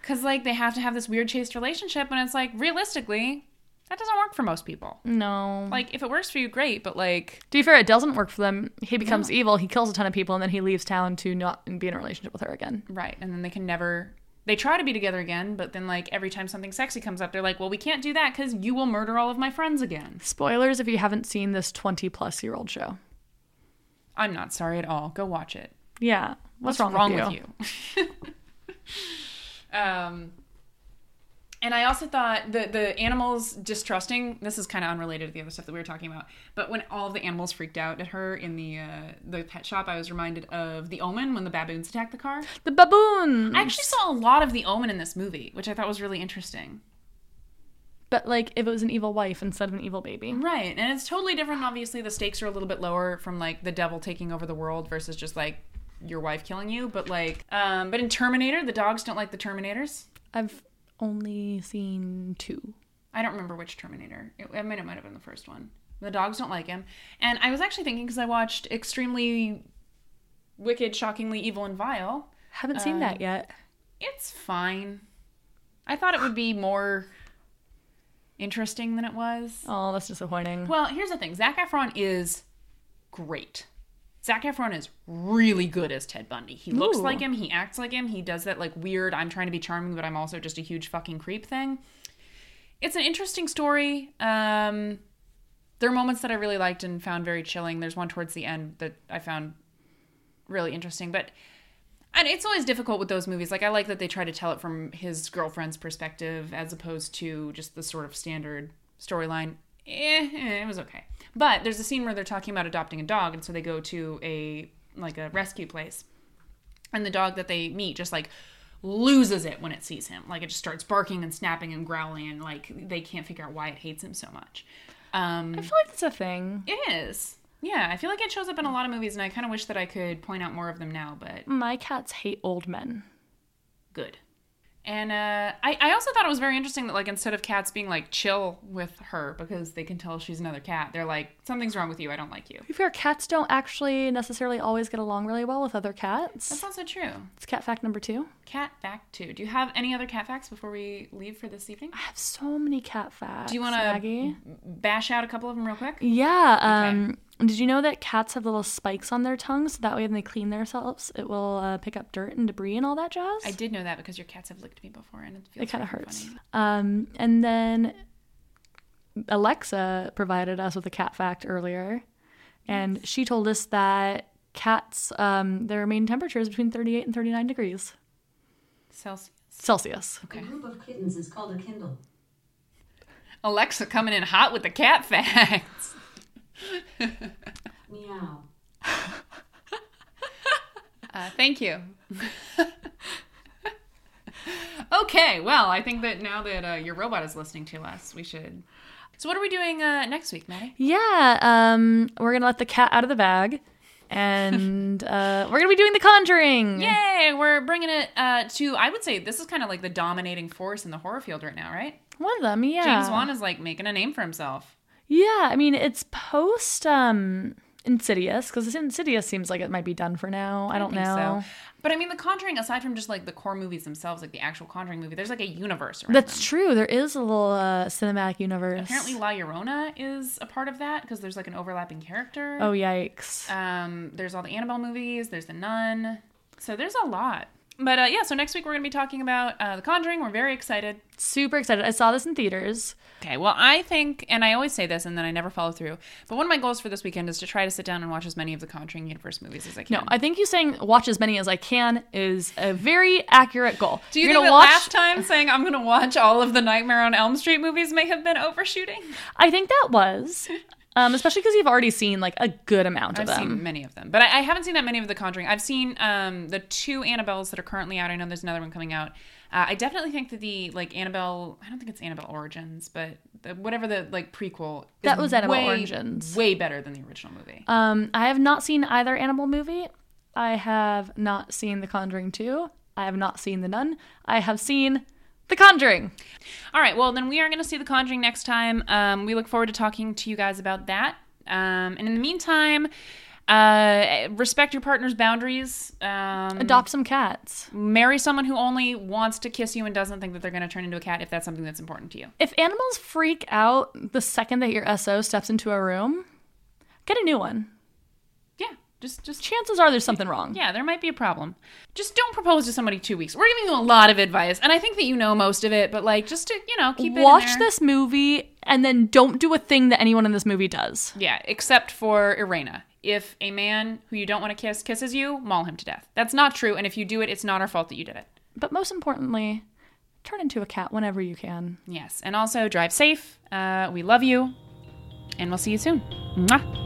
S2: Because like they have to have this weird chaste relationship, and it's like realistically, that doesn't work for most people.
S1: Mm-hmm. No.
S2: Like if it works for you, great. But like
S1: To be fair, it doesn't work for them. He becomes evil. He kills a ton of people, and then he leaves town to not be in a relationship with her again.
S2: Right. And then they can never. They try to be together again, but then, like, every time something sexy comes up, they're like, well, we can't do that because you will murder all of my friends again.
S1: Spoilers if you haven't seen this twenty-plus-year-old show.
S2: I'm not sorry at all. Go watch it.
S1: Yeah, what's, wrong, with, you?
S2: um, and I also thought the the animals distrusting. This is kind of unrelated to the other stuff that we were talking about. But when all the animals freaked out at her in the uh, the pet shop, I was reminded of The Omen when the baboons attacked the car.
S1: The baboon.
S2: I actually saw a lot of The Omen in this movie, which I thought was really interesting.
S1: but like, if it was an evil wife instead of an evil baby,
S2: Right, and it's totally different. Obviously, the stakes are a little bit lower from like the devil taking over the world versus just like your wife killing you. But like, um, but in Terminator, the dogs don't like the Terminators.
S1: I've only seen two.
S2: I don't remember which Terminator. It, I mean, it might have been the first one. The dogs don't like him. And I was actually thinking because I watched Extremely Wicked, Shockingly Evil, and Vile.
S1: Haven't seen that yet.
S2: It's fine. I thought it would be more interesting than it was.
S1: Oh, that's disappointing.
S2: Well, here's the thing: Zach Efron is great. Zach Efron is really good as Ted Bundy. He looks
S1: Ooh.
S2: like him. He acts like him. He does that like weird. I'm trying to be charming, but I'm also just a huge fucking creep thing. It's an interesting story. Um, there are moments that I really liked and found very chilling. There's one towards the end that I found really interesting, but and it's always difficult with those movies. Like I like that they try to tell it from his girlfriend's perspective as opposed to just the sort of standard storyline. Eh, eh, it was okay. But there's a scene where they're talking about adopting a dog, and so they go to a like a rescue place, and the dog that they meet just like loses it when it sees him. Like it just starts barking and snapping and growling, and like they can't figure out why it hates him so much. Um,
S1: I feel like that's a thing.
S2: it is. Yeah, I feel like it shows up in a lot of movies, and I kind of wish that I could point out more of them now, but
S1: My cats hate old men.
S2: good. And uh, I, I also thought it was very interesting that like instead of cats being like chill with her because they can tell she's another cat, they're like something's wrong with you. I don't like you.
S1: To be fair, cats don't actually necessarily always get along really well with other cats.
S2: That's also true.
S1: It's cat fact number two.
S2: Cat fact two. Do you have any other cat facts before we leave for this evening?
S1: I have so many cat facts.
S2: Do you want to
S1: Maggie?
S2: bash out a couple of them real quick?
S1: Yeah. Um, Did you know that cats have little spikes on their tongues? So that way, when they clean themselves, it will uh, pick up dirt and debris and all that jazz.
S2: I did know that because your cats have licked me before, and it feels
S1: it kind of
S2: freaking
S1: hurts.
S2: funny.
S1: Um, and then Alexa provided us with a cat fact earlier, and she told us that cats um, their main temperature is between 38 and 39 degrees
S2: Celsius.
S1: Celsius.
S2: Okay.
S3: A group of kittens is called a kindle.
S2: Alexa coming in hot with the cat facts.
S3: Meow.
S2: Uh, thank you. okay, well, I think that now that uh, your robot is listening to us, we should. So, what are we doing uh, next week, Maddie?
S1: Yeah, um, we're gonna let the cat out of the bag, and uh, we're gonna be doing The Conjuring.
S2: Yay! We're bringing it uh, to. I would say this is kind of like the dominating force in the horror field right now, right?
S1: one of them. Yeah,
S2: James Wan is like making a name for himself.
S1: Yeah, I mean it's post um, Insidious because Insidious seems like it might be done for now. I don't
S2: think
S1: know.
S2: So. But I mean, The Conjuring, aside from just like the core movies themselves, like the actual Conjuring movie, there's like a universe. Around
S1: That's
S2: them.
S1: true. There is a little uh, cinematic universe.
S2: Apparently, La Llorona is a part of that because there's like an overlapping character.
S1: Oh yikes!
S2: Um, there's all the Annabelle movies. There's the Nun. So there's a lot. But uh, yeah, so next week we're going to be talking about uh, The Conjuring. We're very excited.
S1: Super excited. I saw this in theaters.
S2: Okay, well, I think, and I always say this and then I never follow through, but one of my goals for this weekend is to try to sit down and watch as many of the Conjuring Universe movies as I can.
S1: No, I think you saying watch as many as I can is a very accurate goal.
S2: Do you
S1: You're
S2: think
S1: gonna
S2: that
S1: watch?
S2: last time saying I'm going to watch all of the Nightmare on Elm Street movies may have been overshooting?
S1: I think that was, um, especially because you've already seen like a good amount
S2: I've
S1: of them.
S2: seen many of them, but I, I haven't seen that many of the Conjuring. I've seen um, the two Annabelles that are currently out. I know there's another one coming out. Uh, I definitely think that the like Annabelle. I don't think it's Annabelle Origins, but the, whatever the like prequel. Is
S1: That was Annabelle
S2: way,
S1: Origins.
S2: Way better than the original movie.
S1: Um, I have not seen either animal movie. I have not seen The Conjuring 2. I have not seen The Nun. I have seen The Conjuring.
S2: All right. Well, then we are going to see The Conjuring next time. Um, we look forward to talking to you guys about that. Um, and in the meantime, uh, respect your partner's boundaries. Um,
S1: Adopt some cats.
S2: Marry someone who only wants to kiss you and doesn't think that they're going to turn into a cat if that's something that's important to you.
S1: If animals freak out the second that your SO steps into a room, get a new one.
S2: Yeah, just just
S1: Chances are there's something wrong.
S2: yeah, there might be a problem. Just don't propose to somebody two weeks. We're giving you a lot of advice, and I think that you know most of it, but like just to you know keep it in
S1: Watch
S2: there.
S1: this movie and then don't do a thing that anyone in this movie does.
S2: Yeah, except for Irena. If a man who you don't want to kiss kisses you, maul him to death. That's not true, and if you do it, it's not our fault that you did it.
S1: But most importantly, turn into a cat whenever you can.
S2: Yes, and also drive safe. Uh, we love you, and we'll see you soon. Mwah.